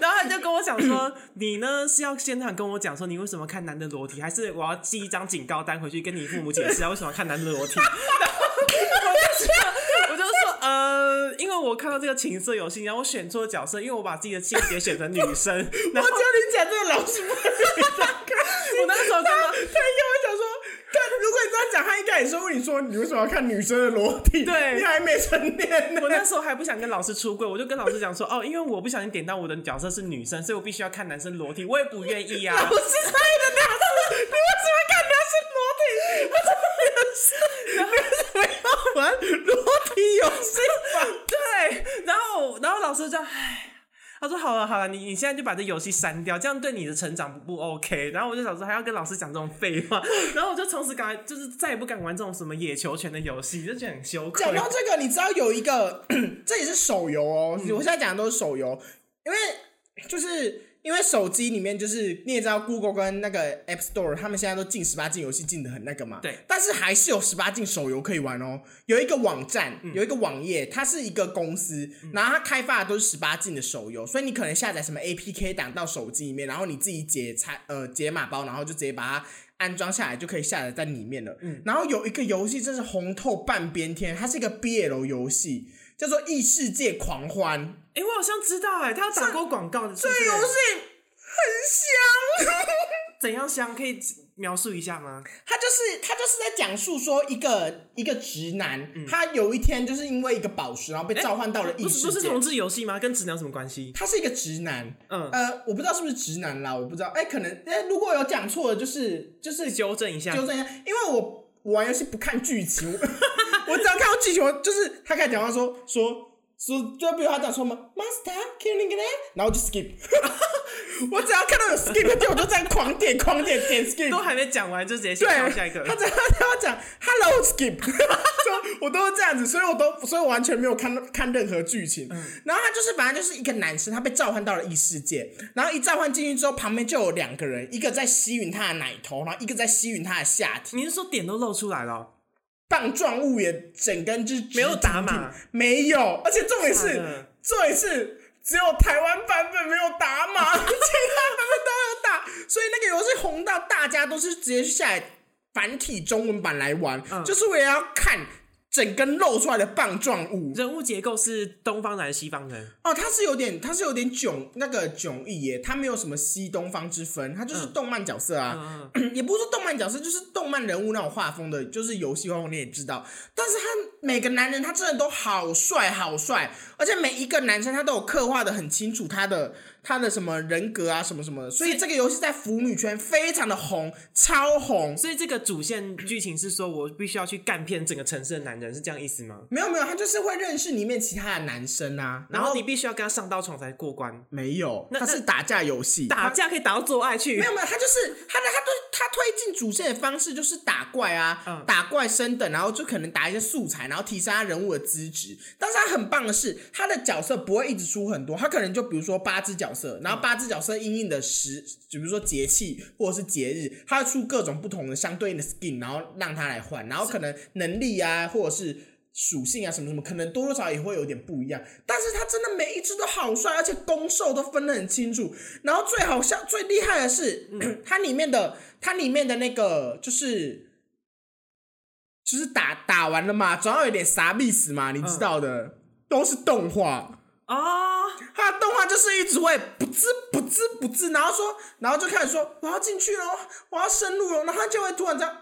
[SPEAKER 1] 然后他就跟我讲说：“你呢是要现场跟我讲说你为什么看男的裸体，还是我要寄一张警 告单回去跟你父母解释啊？为什么要看男的裸体？”然后我就说：“我就说呃，因为我看到这个情色游戏，然后我选错角色，因为我把自己的性别选成女生，然后
[SPEAKER 2] 我叫你讲这个老师傅， 我
[SPEAKER 1] 我那时候
[SPEAKER 2] 他
[SPEAKER 1] 真的
[SPEAKER 2] 他应该会想说，他如果你这样讲，他应该也是会问你说，你为什么要看女生的裸体？
[SPEAKER 1] 对
[SPEAKER 2] 你还没成年呢
[SPEAKER 1] 我。那时候还不想跟老师出柜，我就跟老师讲说，哦，因为我不小心点到我的角色是女生，所以我必须要看男生裸体，我也不愿 意啊
[SPEAKER 2] 老。师他的老师，你为什么看男生裸体？我怎么 没有事？你为什么要玩裸体哦游戏？
[SPEAKER 1] 对， 然后然后老师就唉。他说：“好了好了，你你现在就把这游戏删掉，这样对你的成长不不 OK。”然后我就想说，还要跟老师讲这种废话，然后我就从此敢就是再也不敢玩这种什么野球拳的游戏，就觉得很羞愧
[SPEAKER 2] 讲。到这个，你知道有一个， 这也是手游哦。我现在讲的都是手游，因为就是因为手机里面就是你也知道，Google 跟那个 App Store 他们现在都禁十八禁游戏禁的很那个嘛。
[SPEAKER 1] 对
[SPEAKER 2] 但是还是有十八禁手游可以玩哦。有一个网站，有一个网页，它是一个公司，然后它开发的都是十八禁的手游，所以你可能下载什么 APK 档到手机里面，然后你自己解拆呃解码包，然后就直接把它。安装下来就可以下载在里面了。然后有一个游戏真是红透半边天，它是一个 BL 游戏，叫做《异世界狂欢》。
[SPEAKER 1] 哎、我好像知道哎、他有打过广告的。这
[SPEAKER 2] 这游戏很香，
[SPEAKER 1] 怎样香？可以描述一下吗？
[SPEAKER 2] 他就是他就是在讲述说一个一个直男，他有一天就是因为一个宝石，然后被召唤到了异
[SPEAKER 1] 嗯不是
[SPEAKER 2] 世
[SPEAKER 1] 不是
[SPEAKER 2] 界。
[SPEAKER 1] 同志游戏吗？跟直男有什么关系？
[SPEAKER 2] 他是一个直男，
[SPEAKER 1] 嗯
[SPEAKER 2] 呃，我不知道是不是直男啦，我不知道，哎、可能，哎、如果有讲错的，就是就是
[SPEAKER 1] 纠正一下，
[SPEAKER 2] 纠正一下，因为我我玩游戏不看剧情，我我 只要看到剧情，我就是他开始讲话说说说，就比如他讲说嘛，Master killing it，然后我就 skip，我只要看到有 skip 的地方，我就在狂点狂点点 skip，
[SPEAKER 1] 都还没讲完就直接先
[SPEAKER 2] 对，
[SPEAKER 1] 跳下一个。
[SPEAKER 2] 他只要 他要讲 “hello skip”，就我都是这样子，所以我都所以我完全没有看看任何剧情。
[SPEAKER 1] 嗯
[SPEAKER 2] 然后他就是反正就是一个男生，他被召唤到了异世界，然后一召唤进去之后，旁边就有两个人，一个在吸吮他的奶头，然后一个在吸吮他的下体，
[SPEAKER 1] 你是说点都露出来了哦？
[SPEAKER 2] 棒状物也整根就是直
[SPEAKER 1] 没有打码嗯
[SPEAKER 2] 挺挺，没有，而且重点
[SPEAKER 1] 真
[SPEAKER 2] 是
[SPEAKER 1] 的假的
[SPEAKER 2] 重点是。只有台湾版本没有打码， 其他版本都有打，所以那个游戏红到大家都是直接下载繁体中文版来玩，
[SPEAKER 1] 嗯
[SPEAKER 2] 就是为了要看整根露出来的棒状物。
[SPEAKER 1] 人物结构是东方男、西方人，
[SPEAKER 2] 哦，它是有点，它是有点囧那个囧意耶，它没有什么西东方之分，它
[SPEAKER 1] 嗯
[SPEAKER 2] 就是动漫角色啊， 也不是说动漫角色，就是动漫人物那种画风的，就是游戏画风你也知道。但是他每个男人他真的都好帅好帅，而且每一个男生他都有刻画的很清楚他的他的什么人格啊什么什么的，所以这个游戏在腐女圈非常的红，超红。
[SPEAKER 1] 所以这个主线剧情是说我必须要去干遍整个城市的男人，是这样意思吗？
[SPEAKER 2] 没有没有，他就是会认识里面其他的男生啊，然
[SPEAKER 1] 然
[SPEAKER 2] 后
[SPEAKER 1] 后你必须要跟他上刀床才过关，
[SPEAKER 2] 没有，
[SPEAKER 1] 那
[SPEAKER 2] 他是打架游戏，
[SPEAKER 1] 打架可以打到做爱去
[SPEAKER 2] 没。有没有，他就是他的他对他推进主线的方式就是打怪啊，
[SPEAKER 1] 嗯
[SPEAKER 2] 打怪升等，然后就可能打一些素材，然后提升他人物的资质。但是他很棒的是，他的角色不会一直出很多，他可能就比如说八只角色，然后八只角色因应的时，比如说节气或者是节日，他会出各种不同的相对应的 skin，然后让他来换，然后可能能力啊或者是。属性啊，什么什么，可能多多少少也会有点不一样，但是他真的每一只都好帅，而且攻受都分得很清楚。然后最好笑、最厉害的是， 它里面的它里面的那个就是就是打打完了嘛，总要有点啥意思嘛，你知道的，都是动画。
[SPEAKER 1] 哦，
[SPEAKER 2] 他的动画就是一直会不吱不吱不吱，然后说，然后就开始说我要进去喽，我要深入喽，然后他就会突然这样啊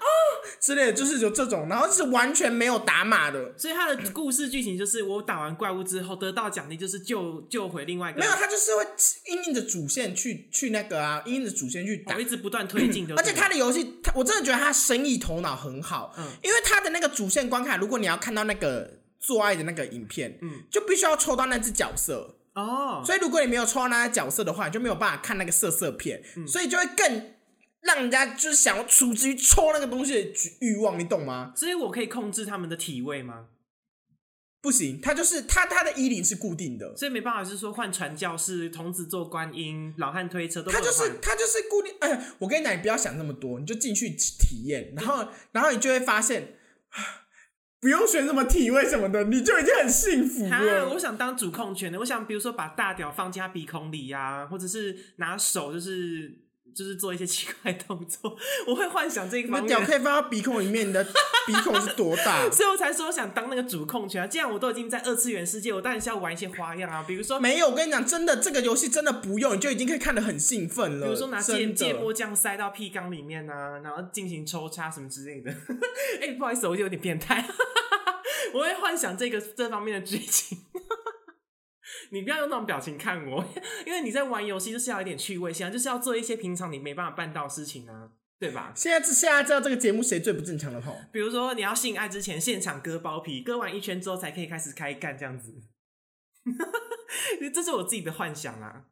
[SPEAKER 2] 之类的，就是有这种，然后是完全没有打码的，
[SPEAKER 1] 所以他的故事剧情就是我打完怪物之后得到奖励就是救救回另外一个
[SPEAKER 2] 没
[SPEAKER 1] 人，
[SPEAKER 2] 有，他就是会因应着主线去去那个啊，因应着主线去打
[SPEAKER 1] 哦我一直不断推 进就
[SPEAKER 2] 而
[SPEAKER 1] 对了，
[SPEAKER 2] 且他的游戏，他我真的觉得他生意头脑很好，
[SPEAKER 1] 嗯
[SPEAKER 2] 因为他的那个主线关卡，如果你要看到那个做爱的那个影片，嗯，就必须要抽到那只角色，
[SPEAKER 1] 哦，
[SPEAKER 2] 所以如果你没有抽到那只角色的话，你就没有办法看那个色色片，
[SPEAKER 1] 嗯
[SPEAKER 2] 所以就会更让人家就是想要出之于抽那个东西的欲望，你懂吗？
[SPEAKER 1] 所以我可以控制他们的体位吗？
[SPEAKER 2] 不行，他就是他他的衣领是固定的，
[SPEAKER 1] 所以没办法，就是说换传教士、童子做观音、老汉推车都不
[SPEAKER 2] 他
[SPEAKER 1] 能
[SPEAKER 2] 就是
[SPEAKER 1] 换
[SPEAKER 2] 他就是固定。哎、我跟你讲，你不要想那么多，你就进去体验，然后然后你就会发现，啊不用选什么体位什么的，你就已经很幸福
[SPEAKER 1] 啊，
[SPEAKER 2] 了
[SPEAKER 1] 我。想当主啊控权的，我想比如说把大屌放进他鼻孔里呀、或者是拿手就是就是做一些 奇怪的动作，我会幻想这一
[SPEAKER 2] 那
[SPEAKER 1] 方
[SPEAKER 2] 屌
[SPEAKER 1] 面。
[SPEAKER 2] 可以放到鼻孔里面，你的 鼻孔是多 大？
[SPEAKER 1] 所以我才说想当那个主控权啊！既然我都已经在二次元世界，我当然是要玩一些花样啊，比如说，比
[SPEAKER 2] 没有，我跟你讲，真的这个游戏真的不用，你就已经可以看得很兴奋了。
[SPEAKER 1] 如说拿芥
[SPEAKER 2] 真的
[SPEAKER 1] 芥末酱塞到屁缸里面啊，然后进行抽插什么之类的。 哎、不好意思，我就有点变态， 我会幻想这个这方面的剧情。 你不要用那种表情看我， 因为你在玩游戏就是要有一点趣味性啊，就是要做一些平常你没办法办到的事情啊，对吧？
[SPEAKER 2] 现在现在知道这个节目谁最不正常了吼？
[SPEAKER 1] 比如说你要性爱之前，现场割包皮，割完一圈之后才可以开始开干这样子。 这是我自己的幻想啦、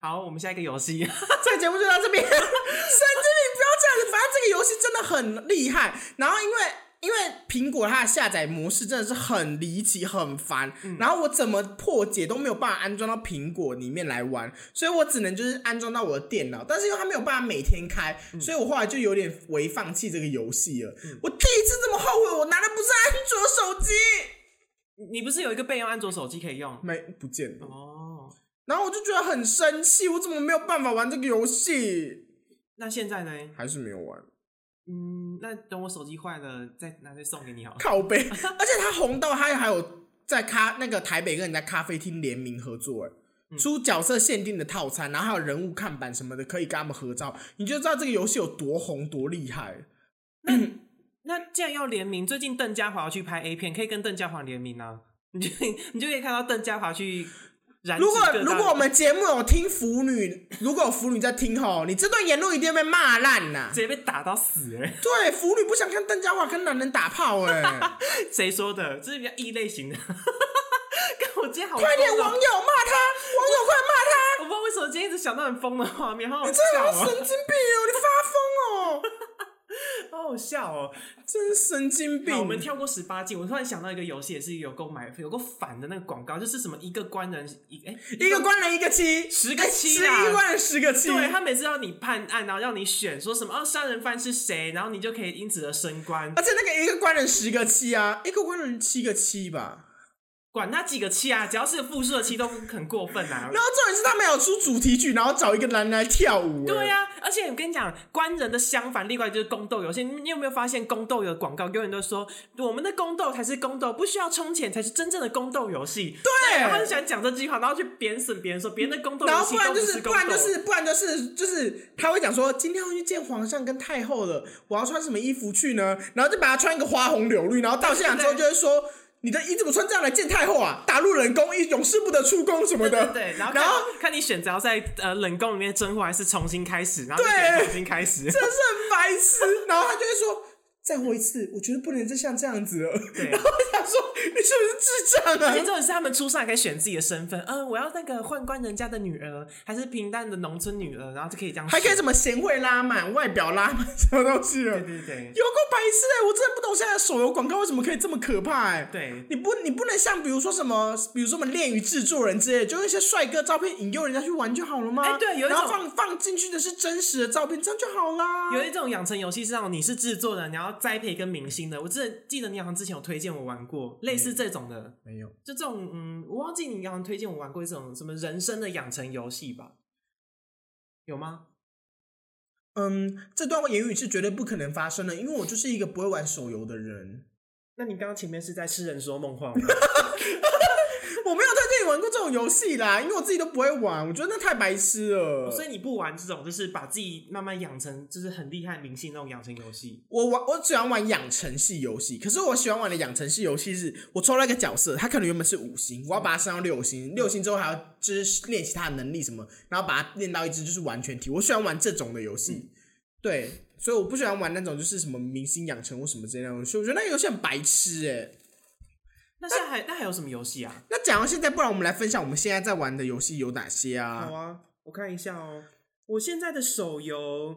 [SPEAKER 1] 好，我们下一个游戏，
[SPEAKER 2] 这个节目就到这边，神 经病，不要这样子。反正这个游戏真的很厉害。然后因为因为苹果它的下载模式真的是很离奇、很烦，然后我怎么破解都没有办法安装到苹果里面来玩，所以我只能就是安装到我的电脑。但是因为它没有办法每天开，所以我后来就有点微放弃这个游戏了。我第一次这么后悔，我拿的不是安卓手机，
[SPEAKER 1] 你不是有一个备用安卓手机可以用？
[SPEAKER 2] 没不见了。
[SPEAKER 1] 哦，
[SPEAKER 2] 然后我就觉得很生气，我怎么没有办法玩这个游戏？
[SPEAKER 1] 那现在呢？
[SPEAKER 2] 还是没有玩。
[SPEAKER 1] 嗯，那等我手机坏了再拿去送给你好了。
[SPEAKER 2] 靠背， 而且他红到他还有在咖那个台北跟人家咖啡厅联名合作，哎、
[SPEAKER 1] 嗯
[SPEAKER 2] 出角色限定的套餐，然后还有人物看板什么的，可以跟他们合照，你就知道这个游戏有多红多厉害。
[SPEAKER 1] 那既然要联名，最近邓家华要去拍 A 片，可以跟邓家华联名啊， 你就你就可以看到邓家华去染指
[SPEAKER 2] 如
[SPEAKER 1] 各
[SPEAKER 2] 果
[SPEAKER 1] 大。
[SPEAKER 2] 如果我们节目有听腐女，如果有腐女在听吼，你这段言论一定会被骂 烂呐。
[SPEAKER 1] 直接被打到死、欸，
[SPEAKER 2] 对，腐女不想看邓家华跟男人打炮哎、
[SPEAKER 1] 谁说的？这是比较异类型的。 跟我今天好
[SPEAKER 2] 快点
[SPEAKER 1] 疯哦
[SPEAKER 2] 网友骂他，网友快骂
[SPEAKER 1] 我不知道为什么今天一直想到很疯的画面，好好
[SPEAKER 2] 他，
[SPEAKER 1] 笑
[SPEAKER 2] 真的好神
[SPEAKER 1] 哦，
[SPEAKER 2] 经病哦，你发疯哦，
[SPEAKER 1] 好好笑哦。
[SPEAKER 2] 真是神经病。
[SPEAKER 1] 好我们跳过十八禁，我突然想到一个游戏，也是有购买有个反的那个广告，就是什么一个官人一哎、
[SPEAKER 2] 一个官人一个妻，
[SPEAKER 1] 十个妻
[SPEAKER 2] 十
[SPEAKER 1] 啦
[SPEAKER 2] 一个官人十个妻。
[SPEAKER 1] 对他每次让你判案，然后让你选说什么哦杀人犯是谁，然后你就可以因此而升官。
[SPEAKER 2] 而且那个一个官人十个妻啊，一个官人七个妻吧。
[SPEAKER 1] 管他几个妻啊，只要是复数的妻都很过分啊。
[SPEAKER 2] 然后重点是他们有出主题曲，然后找一个男人来跳舞。
[SPEAKER 1] 对、啊呀、而且我跟你讲，官人的相反例外就是宫斗游戏。你你有没有发现宫斗有广告永远都说我们的宫斗才是宫斗，不需要充钱才是真正的宫斗游戏？
[SPEAKER 2] 对
[SPEAKER 1] 他很喜欢讲这句话，然后去贬损别人说别人的宫斗
[SPEAKER 2] 然
[SPEAKER 1] 游
[SPEAKER 2] 后
[SPEAKER 1] 戏
[SPEAKER 2] 不然
[SPEAKER 1] 都
[SPEAKER 2] 就
[SPEAKER 1] 不
[SPEAKER 2] 是，不
[SPEAKER 1] 宫
[SPEAKER 2] 然就
[SPEAKER 1] 斗。
[SPEAKER 2] 是，不然就是，就是他会讲说，今天要去见皇上跟太后了，我要穿什么衣服去呢？然后就把他穿一个花红柳绿，然后到现场之后就会说，你的你怎么穿这样来见太后啊？打入冷宫，一永世不得出宫什么的。
[SPEAKER 1] 对，然后看
[SPEAKER 2] 然后
[SPEAKER 1] 看你选择要在呃冷宫里面征婚还是重新开始，然后就选重新开始。
[SPEAKER 2] 真是很白痴。然后他就会说：“再活一次，我觉得不能再像这样子了。”
[SPEAKER 1] 对
[SPEAKER 2] 然后我想说：“你是不是智障
[SPEAKER 1] 而且
[SPEAKER 2] 啊
[SPEAKER 1] 重点是他们出上来可以选自己的身份，嗯、我要那个宦官人家的女儿，还是平淡的农村女儿，然后就可以这样？”
[SPEAKER 2] 还可以
[SPEAKER 1] 选
[SPEAKER 2] 什么贤惠拉满、外表拉满什么东西了？
[SPEAKER 1] 对对对
[SPEAKER 2] 有够白痴哎、我真的不懂现在的手游广告为什么可以这么可怕哎、
[SPEAKER 1] 对，
[SPEAKER 2] 你不，你不能像比如说什么，比如说我们恋与制作人之类的，就用一些帅哥照片引诱人家去玩就好了吗？
[SPEAKER 1] 哎对有一种
[SPEAKER 2] 然后放放进去的是真实的照片，这样就好啦。
[SPEAKER 1] 有一种养成游戏是让你是制作人，你要栽培跟明星的。我记得记得你好像之前有推荐我玩过类似这种的，
[SPEAKER 2] 没有？
[SPEAKER 1] 就这种嗯，我忘记你好像推荐我玩过一种什么人生的养成游戏吧？有吗？
[SPEAKER 2] 嗯，这段言语是绝对不可能发生的，因为我就是一个不会玩手游的人。
[SPEAKER 1] 那你刚刚前面是在痴人说梦话吗？
[SPEAKER 2] 我没有推荐你玩过这种游戏啦，因为我自己都不会玩，我觉得那太白痴了。
[SPEAKER 1] 所以你不玩这种，就是把自己慢慢养成，就是很厉害明星那种养成游戏。
[SPEAKER 2] 我玩我喜欢玩养成系游戏，可是我喜欢玩的养成系游戏是我抽到一个角色，他可能原本是五星，我要把它升到六
[SPEAKER 1] 嗯
[SPEAKER 2] 星，六星之后还要就是练习他的能力什么，然后把它练到一只就是完全体。我喜欢玩这种的游戏，
[SPEAKER 1] 嗯
[SPEAKER 2] 对，所以我不喜欢玩那种就是什么明星养成或什么之类的游戏，我觉得那个游戏很白痴哎、
[SPEAKER 1] 那现在还那还有什么游戏啊？
[SPEAKER 2] 那讲到现在，不然我们来分享我们现在在玩的游戏有哪些啊？
[SPEAKER 1] 啊，我看一下哦。我现在的手游，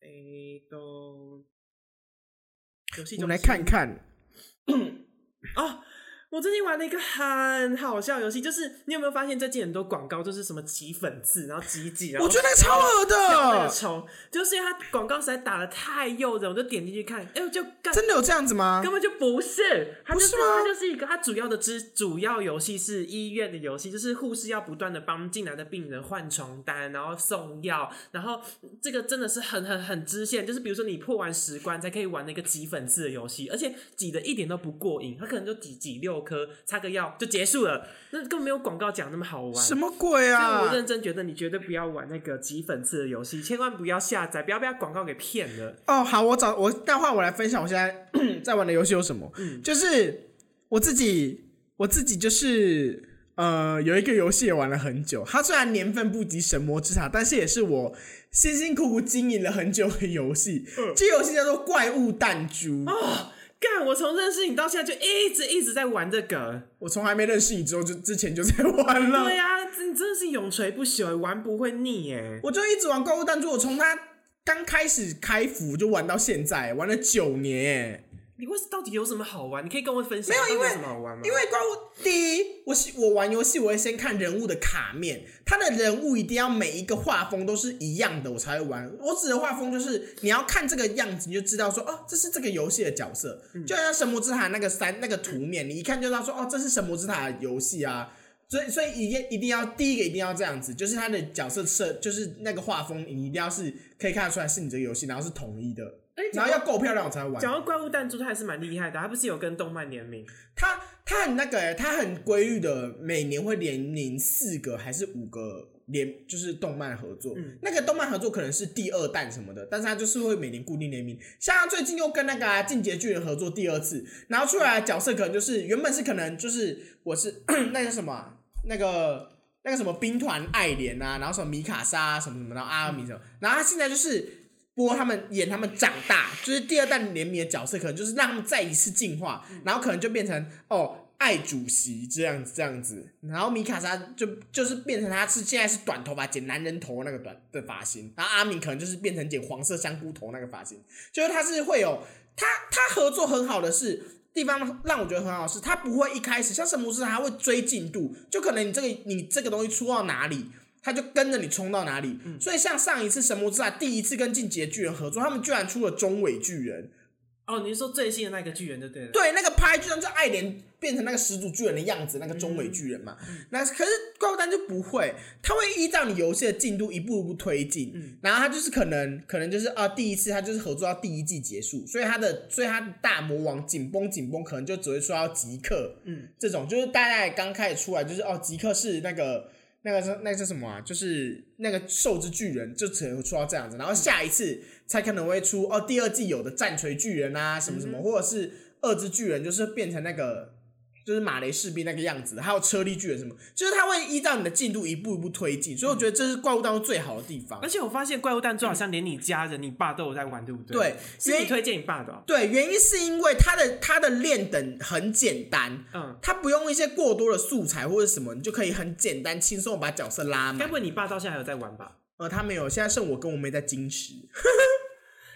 [SPEAKER 1] 诶、都游戏
[SPEAKER 2] 我
[SPEAKER 1] 中
[SPEAKER 2] 们来
[SPEAKER 1] 心
[SPEAKER 2] 看看。
[SPEAKER 1] 哦，我最近玩了一个很好笑的游戏，就是你有没有发现最近很多广告就是什么挤粉刺，然后挤一挤，然后
[SPEAKER 2] 我觉得那个超恶
[SPEAKER 1] 那个
[SPEAKER 2] 的，
[SPEAKER 1] 虫，就是因为它广告实在打的太诱人，我就点进去看，哎、我就干
[SPEAKER 2] 真的有这样子吗
[SPEAKER 1] 根？本就不是，它就是
[SPEAKER 2] 不是吗
[SPEAKER 1] 它就是一个它主要的之主要游戏是医院的游戏，就是护士要不断的帮进来的病人换床单，然后送药，然后这个真的是很很很支线，就是比如说你破完十关才可以玩那个挤粉刺的游戏，而且挤的一点都不过瘾，它可能就挤挤六颗，擦个药就结束了，那根本没有广告讲那么好玩。
[SPEAKER 2] 什么鬼
[SPEAKER 1] 但
[SPEAKER 2] 啊
[SPEAKER 1] 我！认真觉得你绝对不要玩那个挤粉刺的游戏，千万不要下载，不要被它广告给骗了。
[SPEAKER 2] 哦，好，我找我待会儿我来分享我现在 在玩的游戏有什么。
[SPEAKER 1] 嗯
[SPEAKER 2] 就是我自己，我自己就是呃，有一个游戏也玩了很久。它虽然年份不及《神魔之塔》，但是也是我辛辛苦苦经营了很久的游戏。
[SPEAKER 1] 嗯
[SPEAKER 2] 这游戏叫做《怪物弹珠》，
[SPEAKER 1] 啊干！我从认识你到现在就一直一直在玩这个。
[SPEAKER 2] 我从还没认识你之后就之前就在玩了。
[SPEAKER 1] 对啊呀、你真的是永垂不朽，玩不会腻耶。
[SPEAKER 2] 我就一直玩《怪物弹珠》，我从它刚开始开服就玩到现在，玩了九年。
[SPEAKER 1] 你为到底有什么好玩？你可以跟我分享。啊
[SPEAKER 2] 没有因为
[SPEAKER 1] 到底什么好玩吗？
[SPEAKER 2] 因为怪物第一，我喜我玩游戏我会先看人物的卡面，他的人物一定要每一个画风都是一样的，我才会玩。我指的画风就是你要看这个样子，你就知道说哦，这是这个游戏的角色，就像神魔之塔那个三那个图面，你一看就知道说哦，这是神魔之塔的游戏啊。所以，所以一定一定要第一个一定要这样子，就是他的角色设，就是那个画风，你一定要是可以看得出来是你这个游戏，然后是统一的，
[SPEAKER 1] 哎
[SPEAKER 2] 然后要够漂亮我才会玩。
[SPEAKER 1] 讲到怪物弹珠，它还是蛮厉害的，它不是有跟动漫联名？
[SPEAKER 2] 他他很那个、欸，他很规律的，每年会联名四个还是五个联，就是动漫合作。那个动漫合作可能是第二弹什么的，但是他就是会每年固定联名。像他最近又跟那个、啊《进阶巨人》合作第二次，然后出来的角色可能就是原本是可能就是我是 那个什么啊、那个那个什么兵团爱莲啊，然后什么米卡莎、啊、什么什么，然后阿尔米什么，然后他现在就是播他们演他们长大，就是第二代联名的角色，可能就是让他们再一次进化，然后可能就变成哦爱主席这样子这样子，然后米卡莎就就是变成他是现在是短头发剪男人头那个短的发型，然后阿米可能就是变成剪黄色香菇头那个发型，就是他是会有他他合作很好的是。地方让我觉得很好是，他不会一开始像神魔师，他会追进度，就可能你这个你这个东西出到哪里，他就跟着你冲到哪里。所以像上一次神魔之塔第一次跟进阶巨人合作，他们居然出了中尾巨人，
[SPEAKER 1] 哦，你是说最新的那个巨人就对了。
[SPEAKER 2] 对，那个拍就像就爱莲变成那个始祖巨人的样子，那个中尾巨人嘛。那可是怪物蛋就不会，他会依照你游戏的进度一步一步推进。然后他就是可能可能就是啊，第一次他就是合作到第一季结束，所以他的所以他的大魔王紧绷紧绷，可能就只会说要即刻，嗯，这种就是大概刚开始出来就是哦，即刻是那个。那个是那个是什么啊？就是那个兽之巨人，就只能出到这样子，然后下一次才可能会出哦，第二季有的战锤巨人啊，什么什么，或者是二之巨人，就是变成那个就是马雷士兵那个样子，还有车力巨人什么，就是它会依照你的进度一步一步推进，所以我觉得这是怪物当中最好的地方
[SPEAKER 1] 而。且我发现怪物弹珠好像连你家人、你爸都有在玩，对不对？
[SPEAKER 2] 对
[SPEAKER 1] 是你推荐你爸的哦、
[SPEAKER 2] 对，原因是因为它的它的练等很简单，
[SPEAKER 1] 嗯，
[SPEAKER 2] 它不用一些过多的素材或者什么，你就可以很简单轻松地把角色拉
[SPEAKER 1] 该
[SPEAKER 2] 满
[SPEAKER 1] 不。会你爸到现在还有在玩吧？
[SPEAKER 2] 呃，他没有，现在剩我跟我妹在矜持。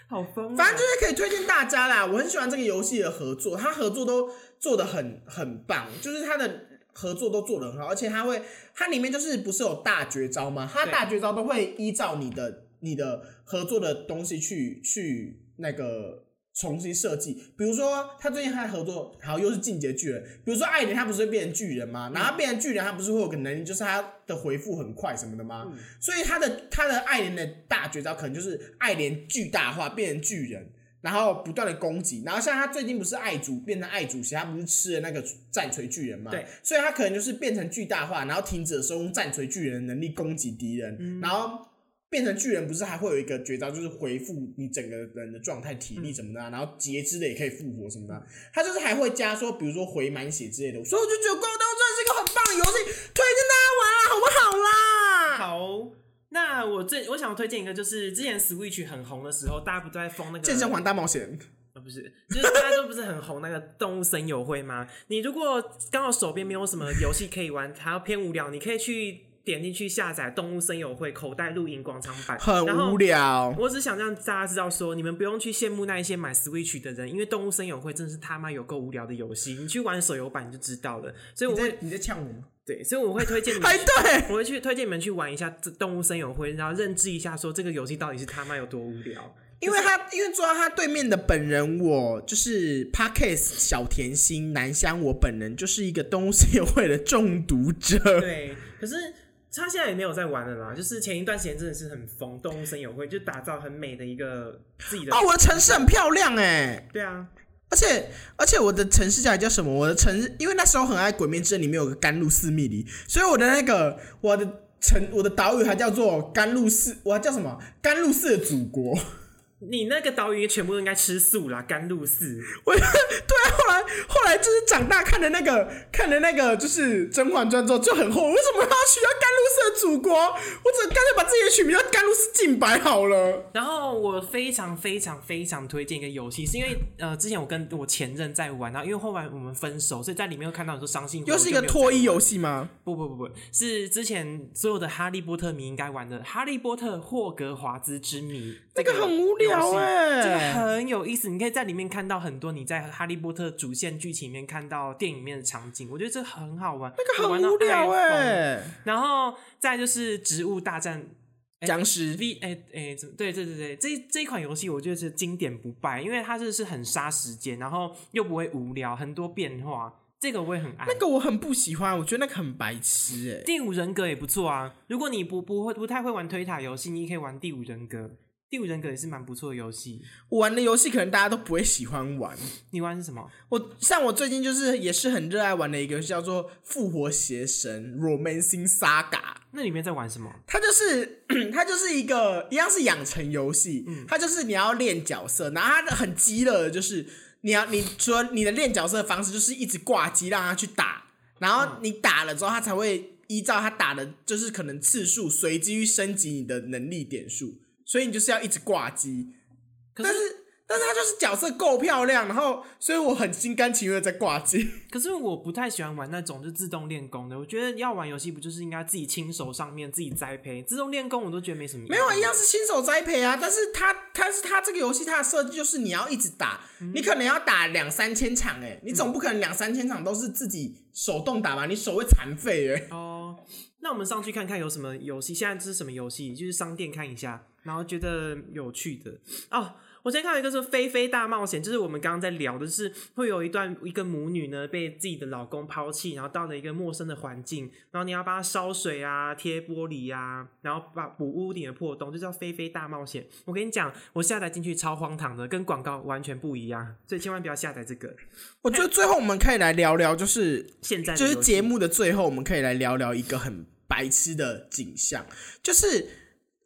[SPEAKER 1] 好疯、啊
[SPEAKER 2] 反正就是可以推荐大家啦。我很喜欢这个游戏的合作，它合作都做的很很棒，就是它的合作都做的很好，而且它会它里面就是不是有大绝招吗？它
[SPEAKER 1] 对
[SPEAKER 2] 大绝招都会依照你的你的合作的东西去去那个。重新设计，比如说他最近还合作，好又是进阶巨人，比如说艾莲他不是会变成巨人吗？然后他变成巨人，他不是会有个能力，就是他的回复很快什么的吗？所以他的他的爱莲的大绝招可能就是爱莲巨大化变成巨人，然后不断的攻击。然后像他最近不是爱主变成爱主席，他不是吃了那个战锤巨人嘛？
[SPEAKER 1] 对，
[SPEAKER 2] 所以他可能就是变成巨大化，然后停止的时候用战锤巨人的能力攻击敌人，然后。变成巨人不是还会有一个绝招，就是回复你整个人的状态、体
[SPEAKER 1] 嗯
[SPEAKER 2] 力什么的啊、然后截肢的也可以复活什么的啊、他就是还会加说，比如说回满血之类的。所以我就觉得《光刀》真的是一个很棒的游戏，推荐大家玩啦，好不好啦？
[SPEAKER 1] 好。那我最我想推荐一个，就是之前 Switch 很红的时候，大家不都在疯那个
[SPEAKER 2] 健身环大冒险，
[SPEAKER 1] 啊，不是，就是大家都不是很红那个动物森友会吗？你如果刚好手边没有什么游戏可以玩，还要偏无聊，你可以去。点进去下载《动物森友会》口袋露营广场版，然
[SPEAKER 2] 很
[SPEAKER 1] 后
[SPEAKER 2] 无聊。
[SPEAKER 1] 我只想让大家知道说，你们不用去羡慕那一些买 Switch 的人，因为《动物森友会》真是他妈有够无聊的游戏，你去玩手游版你就知道了。所以我
[SPEAKER 3] 你
[SPEAKER 1] 会
[SPEAKER 3] 在你在呛我吗？
[SPEAKER 1] 对，所以我会推荐你们
[SPEAKER 2] 哎，对，
[SPEAKER 1] 我会去推荐你们去玩一下《这动物森友会》，然后认知一下说这个游戏到底是他妈有多无聊。
[SPEAKER 2] 因为他因为坐到他对面的本人，我就是 Parkes 小甜心南香，我本人就是一个动物森友会的中 毒 者。
[SPEAKER 1] 对，可是他现在也没有在玩了啦，就是前一段时间真的是很疯，《动物森友会》就打造很美的一个自己的。
[SPEAKER 2] 哦，我的城市很漂亮哎、
[SPEAKER 1] 对啊，
[SPEAKER 2] 而且而且我的城市叫叫什么？我的城市，因为那时候很爱《鬼灭之刃》，里面有个甘露寺密林，所以我的那个我的城我的岛屿还叫做甘露寺，我还叫什么？甘露寺的祖国。
[SPEAKER 1] 你那个岛屿全部都应该吃素啦，甘露寺。
[SPEAKER 2] 我对啊，后来后来就是长大看的那个看的那个就是《甄嬛传》之后就很后悔，为什么要取叫甘露寺的祖国？我只干脆把自己的取名叫甘露寺净白好了。
[SPEAKER 1] 然后我非常非常非常推荐一个游戏，是因为呃，之前我跟我前任在玩，然后因为后来我们分手，所以在里面又看到很多伤心。
[SPEAKER 2] 又是一个脱衣游戏吗？
[SPEAKER 1] 不不不不，是之前所有的哈利波特迷应该玩的《哈利波特霍格华兹之谜》，
[SPEAKER 2] 那个很无聊
[SPEAKER 1] 哎、这个
[SPEAKER 2] 哎、
[SPEAKER 1] 很有意思。你可以在里面看到很多你在哈利波特主线剧情里面看到电影里面的场景，我觉得这很好玩，
[SPEAKER 2] 那个
[SPEAKER 1] 我玩
[SPEAKER 2] 很
[SPEAKER 1] 到
[SPEAKER 2] 无聊
[SPEAKER 1] 爱
[SPEAKER 2] 哎、
[SPEAKER 1] 疯然后再就是《植物大战》
[SPEAKER 2] 僵尸
[SPEAKER 1] V 哎哎，怎么对对对对，这这一款游戏我觉得是经典不败，因为它这是很杀时间，然后又不会无聊，很多变化，这个我也很爱。
[SPEAKER 2] 那个我很不喜欢，我觉得那个很白痴哎、
[SPEAKER 1] 第五人格也不错啊。如果你不不会不太会玩推塔游戏，你也可以玩第五人格。第五人格也是蛮不错的游戏。
[SPEAKER 2] 我玩的游戏可能大家都不会喜欢玩。
[SPEAKER 1] 你玩是什么？
[SPEAKER 2] 我像我最近就是也是很热爱玩的一个游戏叫做《复活邪神 Romancing Saga》。
[SPEAKER 1] 那里面在玩什么？
[SPEAKER 2] 它就是 它就是一个一样是养成游戏，它就是你要练角色，然后它的很激烈的就是你要你除了你的练角色的方式就是一直挂机让他去打，然后你打了之后他才会依照他打的就是可能次数随机去升级你的能力点数，所以你就是要一直挂机，
[SPEAKER 1] 可
[SPEAKER 2] 但
[SPEAKER 1] 是
[SPEAKER 2] 是但是他就是角色够漂亮，然后所以我很心甘情愿地在挂机。
[SPEAKER 1] 可是我不太喜欢玩那种就自动练功的。我觉得要玩游戏不就是应该自己亲手上面自己栽培，自动练功我都觉得没什么意义。
[SPEAKER 2] 没有啊，一样是新手栽培啊，但是它它是它这个游戏它的设计就是你要一直打，你可能要打两三千场哎、你总不可能两三千场都是自己手动打吧，你手会残废哎。
[SPEAKER 1] 哦。那我们上去看看有什么游戏，现在这是什么游戏？就是商店看一下，然后觉得有趣的哦。我先看到一个是《菲菲大冒险》，就是我们刚刚在聊的，就是会有一段一个母女呢被自己的老公抛弃，然后到了一个陌生的环境，然后你要帮她烧水啊、贴玻璃啊，然后把补屋顶的破洞，就叫《菲菲大冒险》。我跟你讲，我下载进去超荒唐的，跟广告完全不一样，所以千万不要下载这个。
[SPEAKER 2] 我觉得最后我们可以来聊聊，就是
[SPEAKER 1] 现在的
[SPEAKER 2] 就是
[SPEAKER 1] 游戏
[SPEAKER 2] 节目的最后，我们可以来聊聊一个很白痴的景象，就是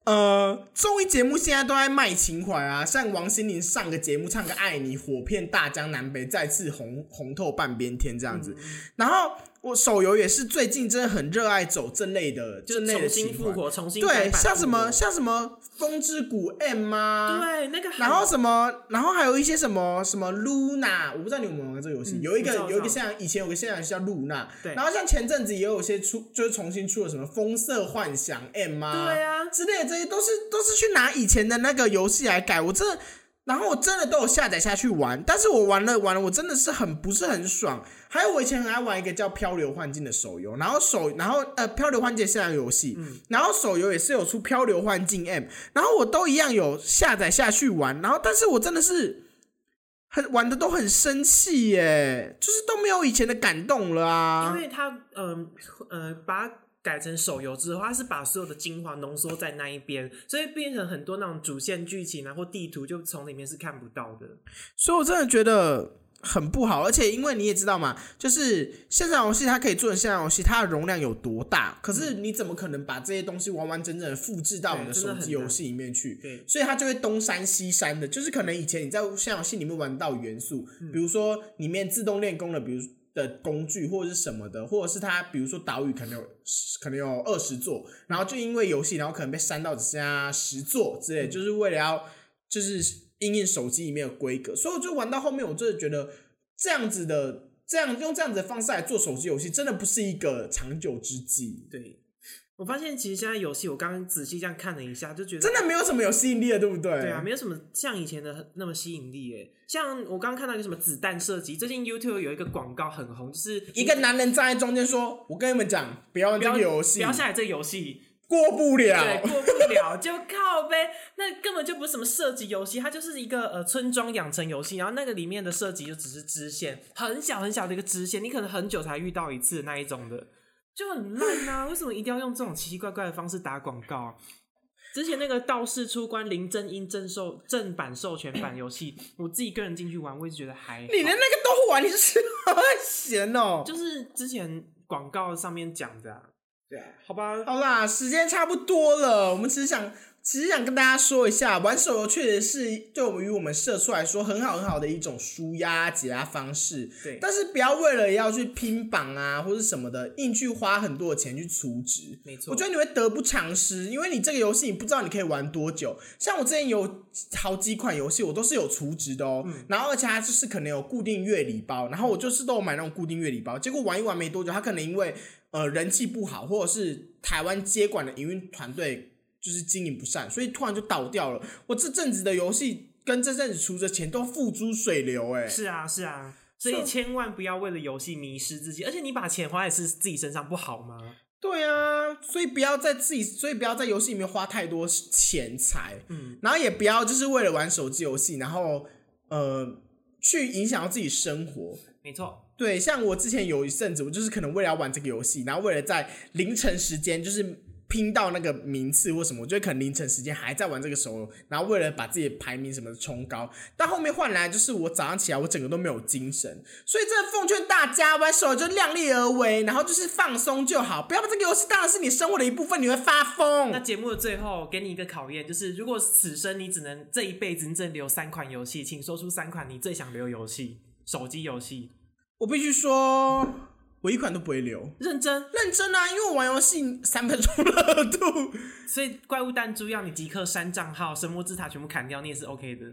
[SPEAKER 2] 呃，综艺节目现在都在卖情怀啊，像王心凌上个节目唱个《爱你》，火遍大江南北，再次红红透半边天这样子。
[SPEAKER 1] 嗯
[SPEAKER 2] 然后我手游也是最近真的很热爱走这类的，
[SPEAKER 1] 就是
[SPEAKER 2] 这类的
[SPEAKER 1] 重新
[SPEAKER 2] 情
[SPEAKER 1] 复
[SPEAKER 2] 怀。
[SPEAKER 1] 活，重新改
[SPEAKER 2] 对，
[SPEAKER 1] 版
[SPEAKER 2] 像什么
[SPEAKER 1] 复
[SPEAKER 2] 像什么《风之谷 M》啊，
[SPEAKER 1] 活对那个很，
[SPEAKER 2] 然后什么，然后还有一些什么什么 Luna，我不知道你有没有玩过这个游戏，有
[SPEAKER 1] 嗯
[SPEAKER 2] 一
[SPEAKER 1] 我
[SPEAKER 2] 个
[SPEAKER 1] 知道
[SPEAKER 2] 有一个
[SPEAKER 1] 我知
[SPEAKER 2] 像以前有个现象叫 Luna，
[SPEAKER 1] 对
[SPEAKER 2] 然后像前阵子也有一些出，就是重新出了什么风色幻想 M 啊，
[SPEAKER 1] 对啊
[SPEAKER 2] 之类的，这些都是都是去拿以前的那个游戏来改，我真的。然后我真的都有下载下去玩，但是我玩了玩了，我真的是很不是很爽。还有我以前很爱玩一个叫《漂流幻境》的手游，然后手然后呃《漂流幻境》线上游戏，然后手游也是有出《漂流幻境 M》，然后我都一样有下载下去玩，然后但是我真的是很玩的都很生气耶，就是都没有以前的感动了
[SPEAKER 1] 因
[SPEAKER 2] 啊。
[SPEAKER 1] 为它嗯呃把它改成手游之后，它是把所有的精华浓缩在那一边，所以变成很多那种主线剧情啊或地图就从里面是看不到的。
[SPEAKER 2] 所以我真的觉得很不好，而且因为你也知道嘛，就是线上游戏它可以做成线上游戏，它的容量有多大，可是你怎么可能把这些东西完完整整的复制到你的
[SPEAKER 1] 对真的
[SPEAKER 2] 手
[SPEAKER 1] 很
[SPEAKER 2] 机
[SPEAKER 1] 难
[SPEAKER 2] 游戏里面去？
[SPEAKER 1] 对
[SPEAKER 2] 所以它就会东山西山的，就是可能以前你在线上游戏里面玩到元素，
[SPEAKER 1] 嗯
[SPEAKER 2] 比如说里面自动练功的，比如。的工具或者是什么的，或者是它，比如说岛屿可能有可能有二十座，然后就因为游戏，然后可能被删到只剩下十座之
[SPEAKER 1] 嗯
[SPEAKER 2] 类，就是为了要就是因应手机里面的规格，所以我就玩到后面，我真的觉得这样子的这样用这样子的方式来做手机游戏，真的不是一个长久之计。
[SPEAKER 1] 对，我发现其实现在游戏，我刚刚仔细这样看了一下，就觉得
[SPEAKER 2] 真的没有什么有吸引力的，对不对？
[SPEAKER 1] 对啊，没有什么像以前的那么吸引力诶。像我刚刚看到一个什么子弹射击，最近 YouTube 有一个广告很红，就是
[SPEAKER 2] 一个男人站在中间说：“我跟你们讲，不要玩
[SPEAKER 1] 不
[SPEAKER 2] 这
[SPEAKER 1] 要
[SPEAKER 2] 个游戏
[SPEAKER 1] 不要，下载这个游戏，
[SPEAKER 2] 过不
[SPEAKER 1] 对，
[SPEAKER 2] 了。
[SPEAKER 1] 过不了就靠呗。那根本就不是什么射击游戏，它就是一个呃村庄养成游戏。然后那个里面的射击就只是支线，很小很小的一个支线，你可能很久才遇到一次的那一种的，就很烂啊！为什么一定要用这种奇奇怪怪的方式打广告、啊？之前那个道士出关林正英正授正版授权版游戏，我自己一个人进去玩，我也觉得还好
[SPEAKER 2] 你连那个都玩，你是 好闲哦。
[SPEAKER 1] 就是之前广告上面讲的、啊，
[SPEAKER 2] 对啊
[SPEAKER 1] 好吧？
[SPEAKER 2] 好啦，时间差不多了，我们只是想，只是想跟大家说一下，玩手游确实是对我们与我们社畜来说很好很好的一种舒压解压方式。
[SPEAKER 1] 对
[SPEAKER 2] 但是不要为了要去拼榜啊或者什么的，硬去花很多的钱去储值。
[SPEAKER 1] 没错，
[SPEAKER 2] 我觉得你会得不偿失，因为你这个游戏你不知道你可以玩多久。像我之前有好几款游戏，我都是有储值的哦，然后而且它就是可能有固定月礼包，然后我就是都有买那种固定月礼包，结果玩一玩没多久，它可能因为呃人气不好，或者是台湾接管的营运团队就是经营不善，所以突然就倒掉了。我这阵子的游戏跟这阵子储值的钱都付诸水流、哎，
[SPEAKER 1] 是啊，是啊，所以
[SPEAKER 2] 是
[SPEAKER 1] 千万不要为了游戏迷失自己，而且你把钱花在是自己身上不好吗？
[SPEAKER 2] 对啊，所以不要在自己，所以不要在游戏里面花太多钱财，嗯，然后也不要就是为了玩手机游戏，然后呃去影响到自己生活。
[SPEAKER 1] 没错，
[SPEAKER 2] 对，像我之前有一阵子，我就是可能为了要玩这个游戏，然后为了在凌晨时间就是拼到那个名次或什么，我就可能凌晨时间还在玩这个手游，然后为了把自己的排名什么的冲高，但后面换来就是我早上起来我整个都没有精神，所以真的奉劝大家玩手游就量力而为，然后就是放松就好，不要把这个游戏当成是你生活的一部分，你会发
[SPEAKER 1] 那
[SPEAKER 2] 疯。
[SPEAKER 1] 节目的最后给你一个考验，就是如果此生你只能这一辈子你只能留三款游戏，请说出三款你最想留游戏，手机游戏，
[SPEAKER 2] 我必须说，我一款都不会留。
[SPEAKER 1] 认真。
[SPEAKER 2] 认真啊，因为我玩游戏三分钟热度，
[SPEAKER 1] 所以怪物弹珠要你即刻删账号，神魔之塔全部砍掉，你也是 OK 的。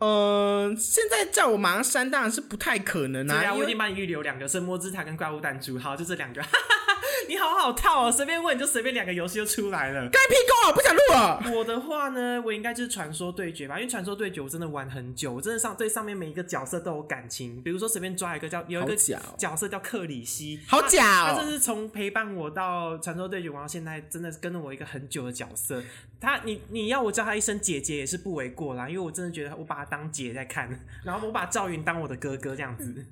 [SPEAKER 2] 嗯，现在叫我马上删当然是不太可能
[SPEAKER 1] 对
[SPEAKER 2] 啊，
[SPEAKER 1] 啊，
[SPEAKER 2] 因
[SPEAKER 1] 我已
[SPEAKER 2] 为
[SPEAKER 1] 经帮你预留两个神魔之塔跟怪物弹珠，好，就这两个。哈 哈哈，你好好套哦，随便问你就随便两个游戏就出来了。
[SPEAKER 2] 该屁够了，不想录了。
[SPEAKER 1] 我的话呢，我应该就是传说对决吧，因为传说对决我真的玩很久，我真的上对上面每一个角色都有感情。比如说随便抓一个叫有一
[SPEAKER 2] 好
[SPEAKER 1] 个
[SPEAKER 2] 假哦
[SPEAKER 1] 角色叫克里希，
[SPEAKER 2] 好假
[SPEAKER 1] 他
[SPEAKER 2] 哦
[SPEAKER 1] 这是从陪伴我到传说对决玩到现在，真的是跟了我一个很久的角色。他你你要我叫他一声姐姐也是不为过啦，因为我真的觉得我把他当姐在看， 然后我把赵云当我的哥哥这样 子，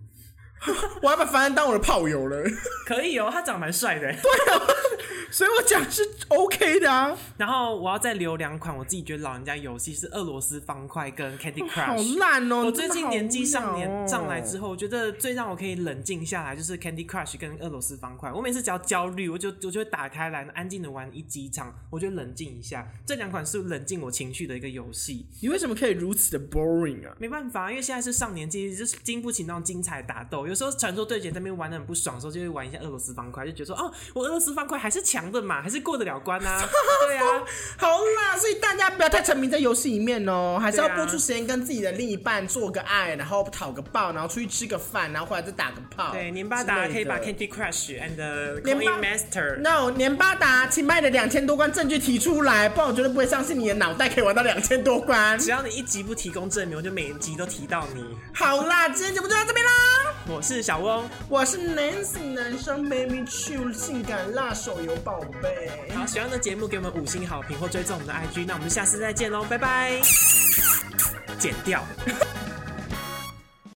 [SPEAKER 2] 我还把凡恩当我的炮友了，
[SPEAKER 1] 可以哦，他长得蛮帅的。
[SPEAKER 2] 所以我讲是 OK 的啊，
[SPEAKER 1] 然后我要再留两款我自己觉得老人家游戏是俄罗斯方块跟 Candy Crush，
[SPEAKER 2] 好烂哦！
[SPEAKER 1] 我
[SPEAKER 2] 你
[SPEAKER 1] 最
[SPEAKER 2] 真的
[SPEAKER 1] 近
[SPEAKER 2] 好
[SPEAKER 1] 年纪上
[SPEAKER 2] 无聊
[SPEAKER 1] 年
[SPEAKER 2] 哦
[SPEAKER 1] 上来之后，我觉得最让我可以冷静下来就是 Candy Crush 跟俄罗斯方块。我每次只要焦虑，我就我就会打开来安静的玩一几场，我就冷静一下。这两款是冷静我情绪的一个游戏，
[SPEAKER 2] 你为什么可以如此的 boring 啊？
[SPEAKER 1] 没办法，因为现在是上年纪，就是经不起那种精彩打斗。有时候传说对决那边玩的很不爽的时候，就会玩一下俄罗斯方块，就觉得说哦，我俄罗斯方块还是强的嘛，还是过得了关 啊。对啊，
[SPEAKER 2] 好啦，所以大家不要太沉迷在游戏里面哦，还是要
[SPEAKER 1] 对啊
[SPEAKER 2] 播出时间跟自己的另一半做个爱，然后讨个抱，然后出去吃个饭，然后回来再打个炮。
[SPEAKER 1] 对，年巴达可以把
[SPEAKER 2] 之类的
[SPEAKER 1] Candy Crush and the
[SPEAKER 2] 年
[SPEAKER 1] Coin
[SPEAKER 2] 巴
[SPEAKER 1] Master。
[SPEAKER 2] No，年巴达，请把你的两千多关证据提出来，不然我绝对不会相信你的脑袋可以玩到两千多关。
[SPEAKER 1] 只要你一集不提供证明，我就每一集都提到你。
[SPEAKER 2] 好啦，今天节目就到这边啦。
[SPEAKER 1] 我是小翁，
[SPEAKER 2] 我是男性男生 Baby Q 性感辣手游宝贝。
[SPEAKER 1] 好，喜欢的节目给我们五星好评或追踪我们的 IG，那我们下次再见喽，拜拜。剪掉。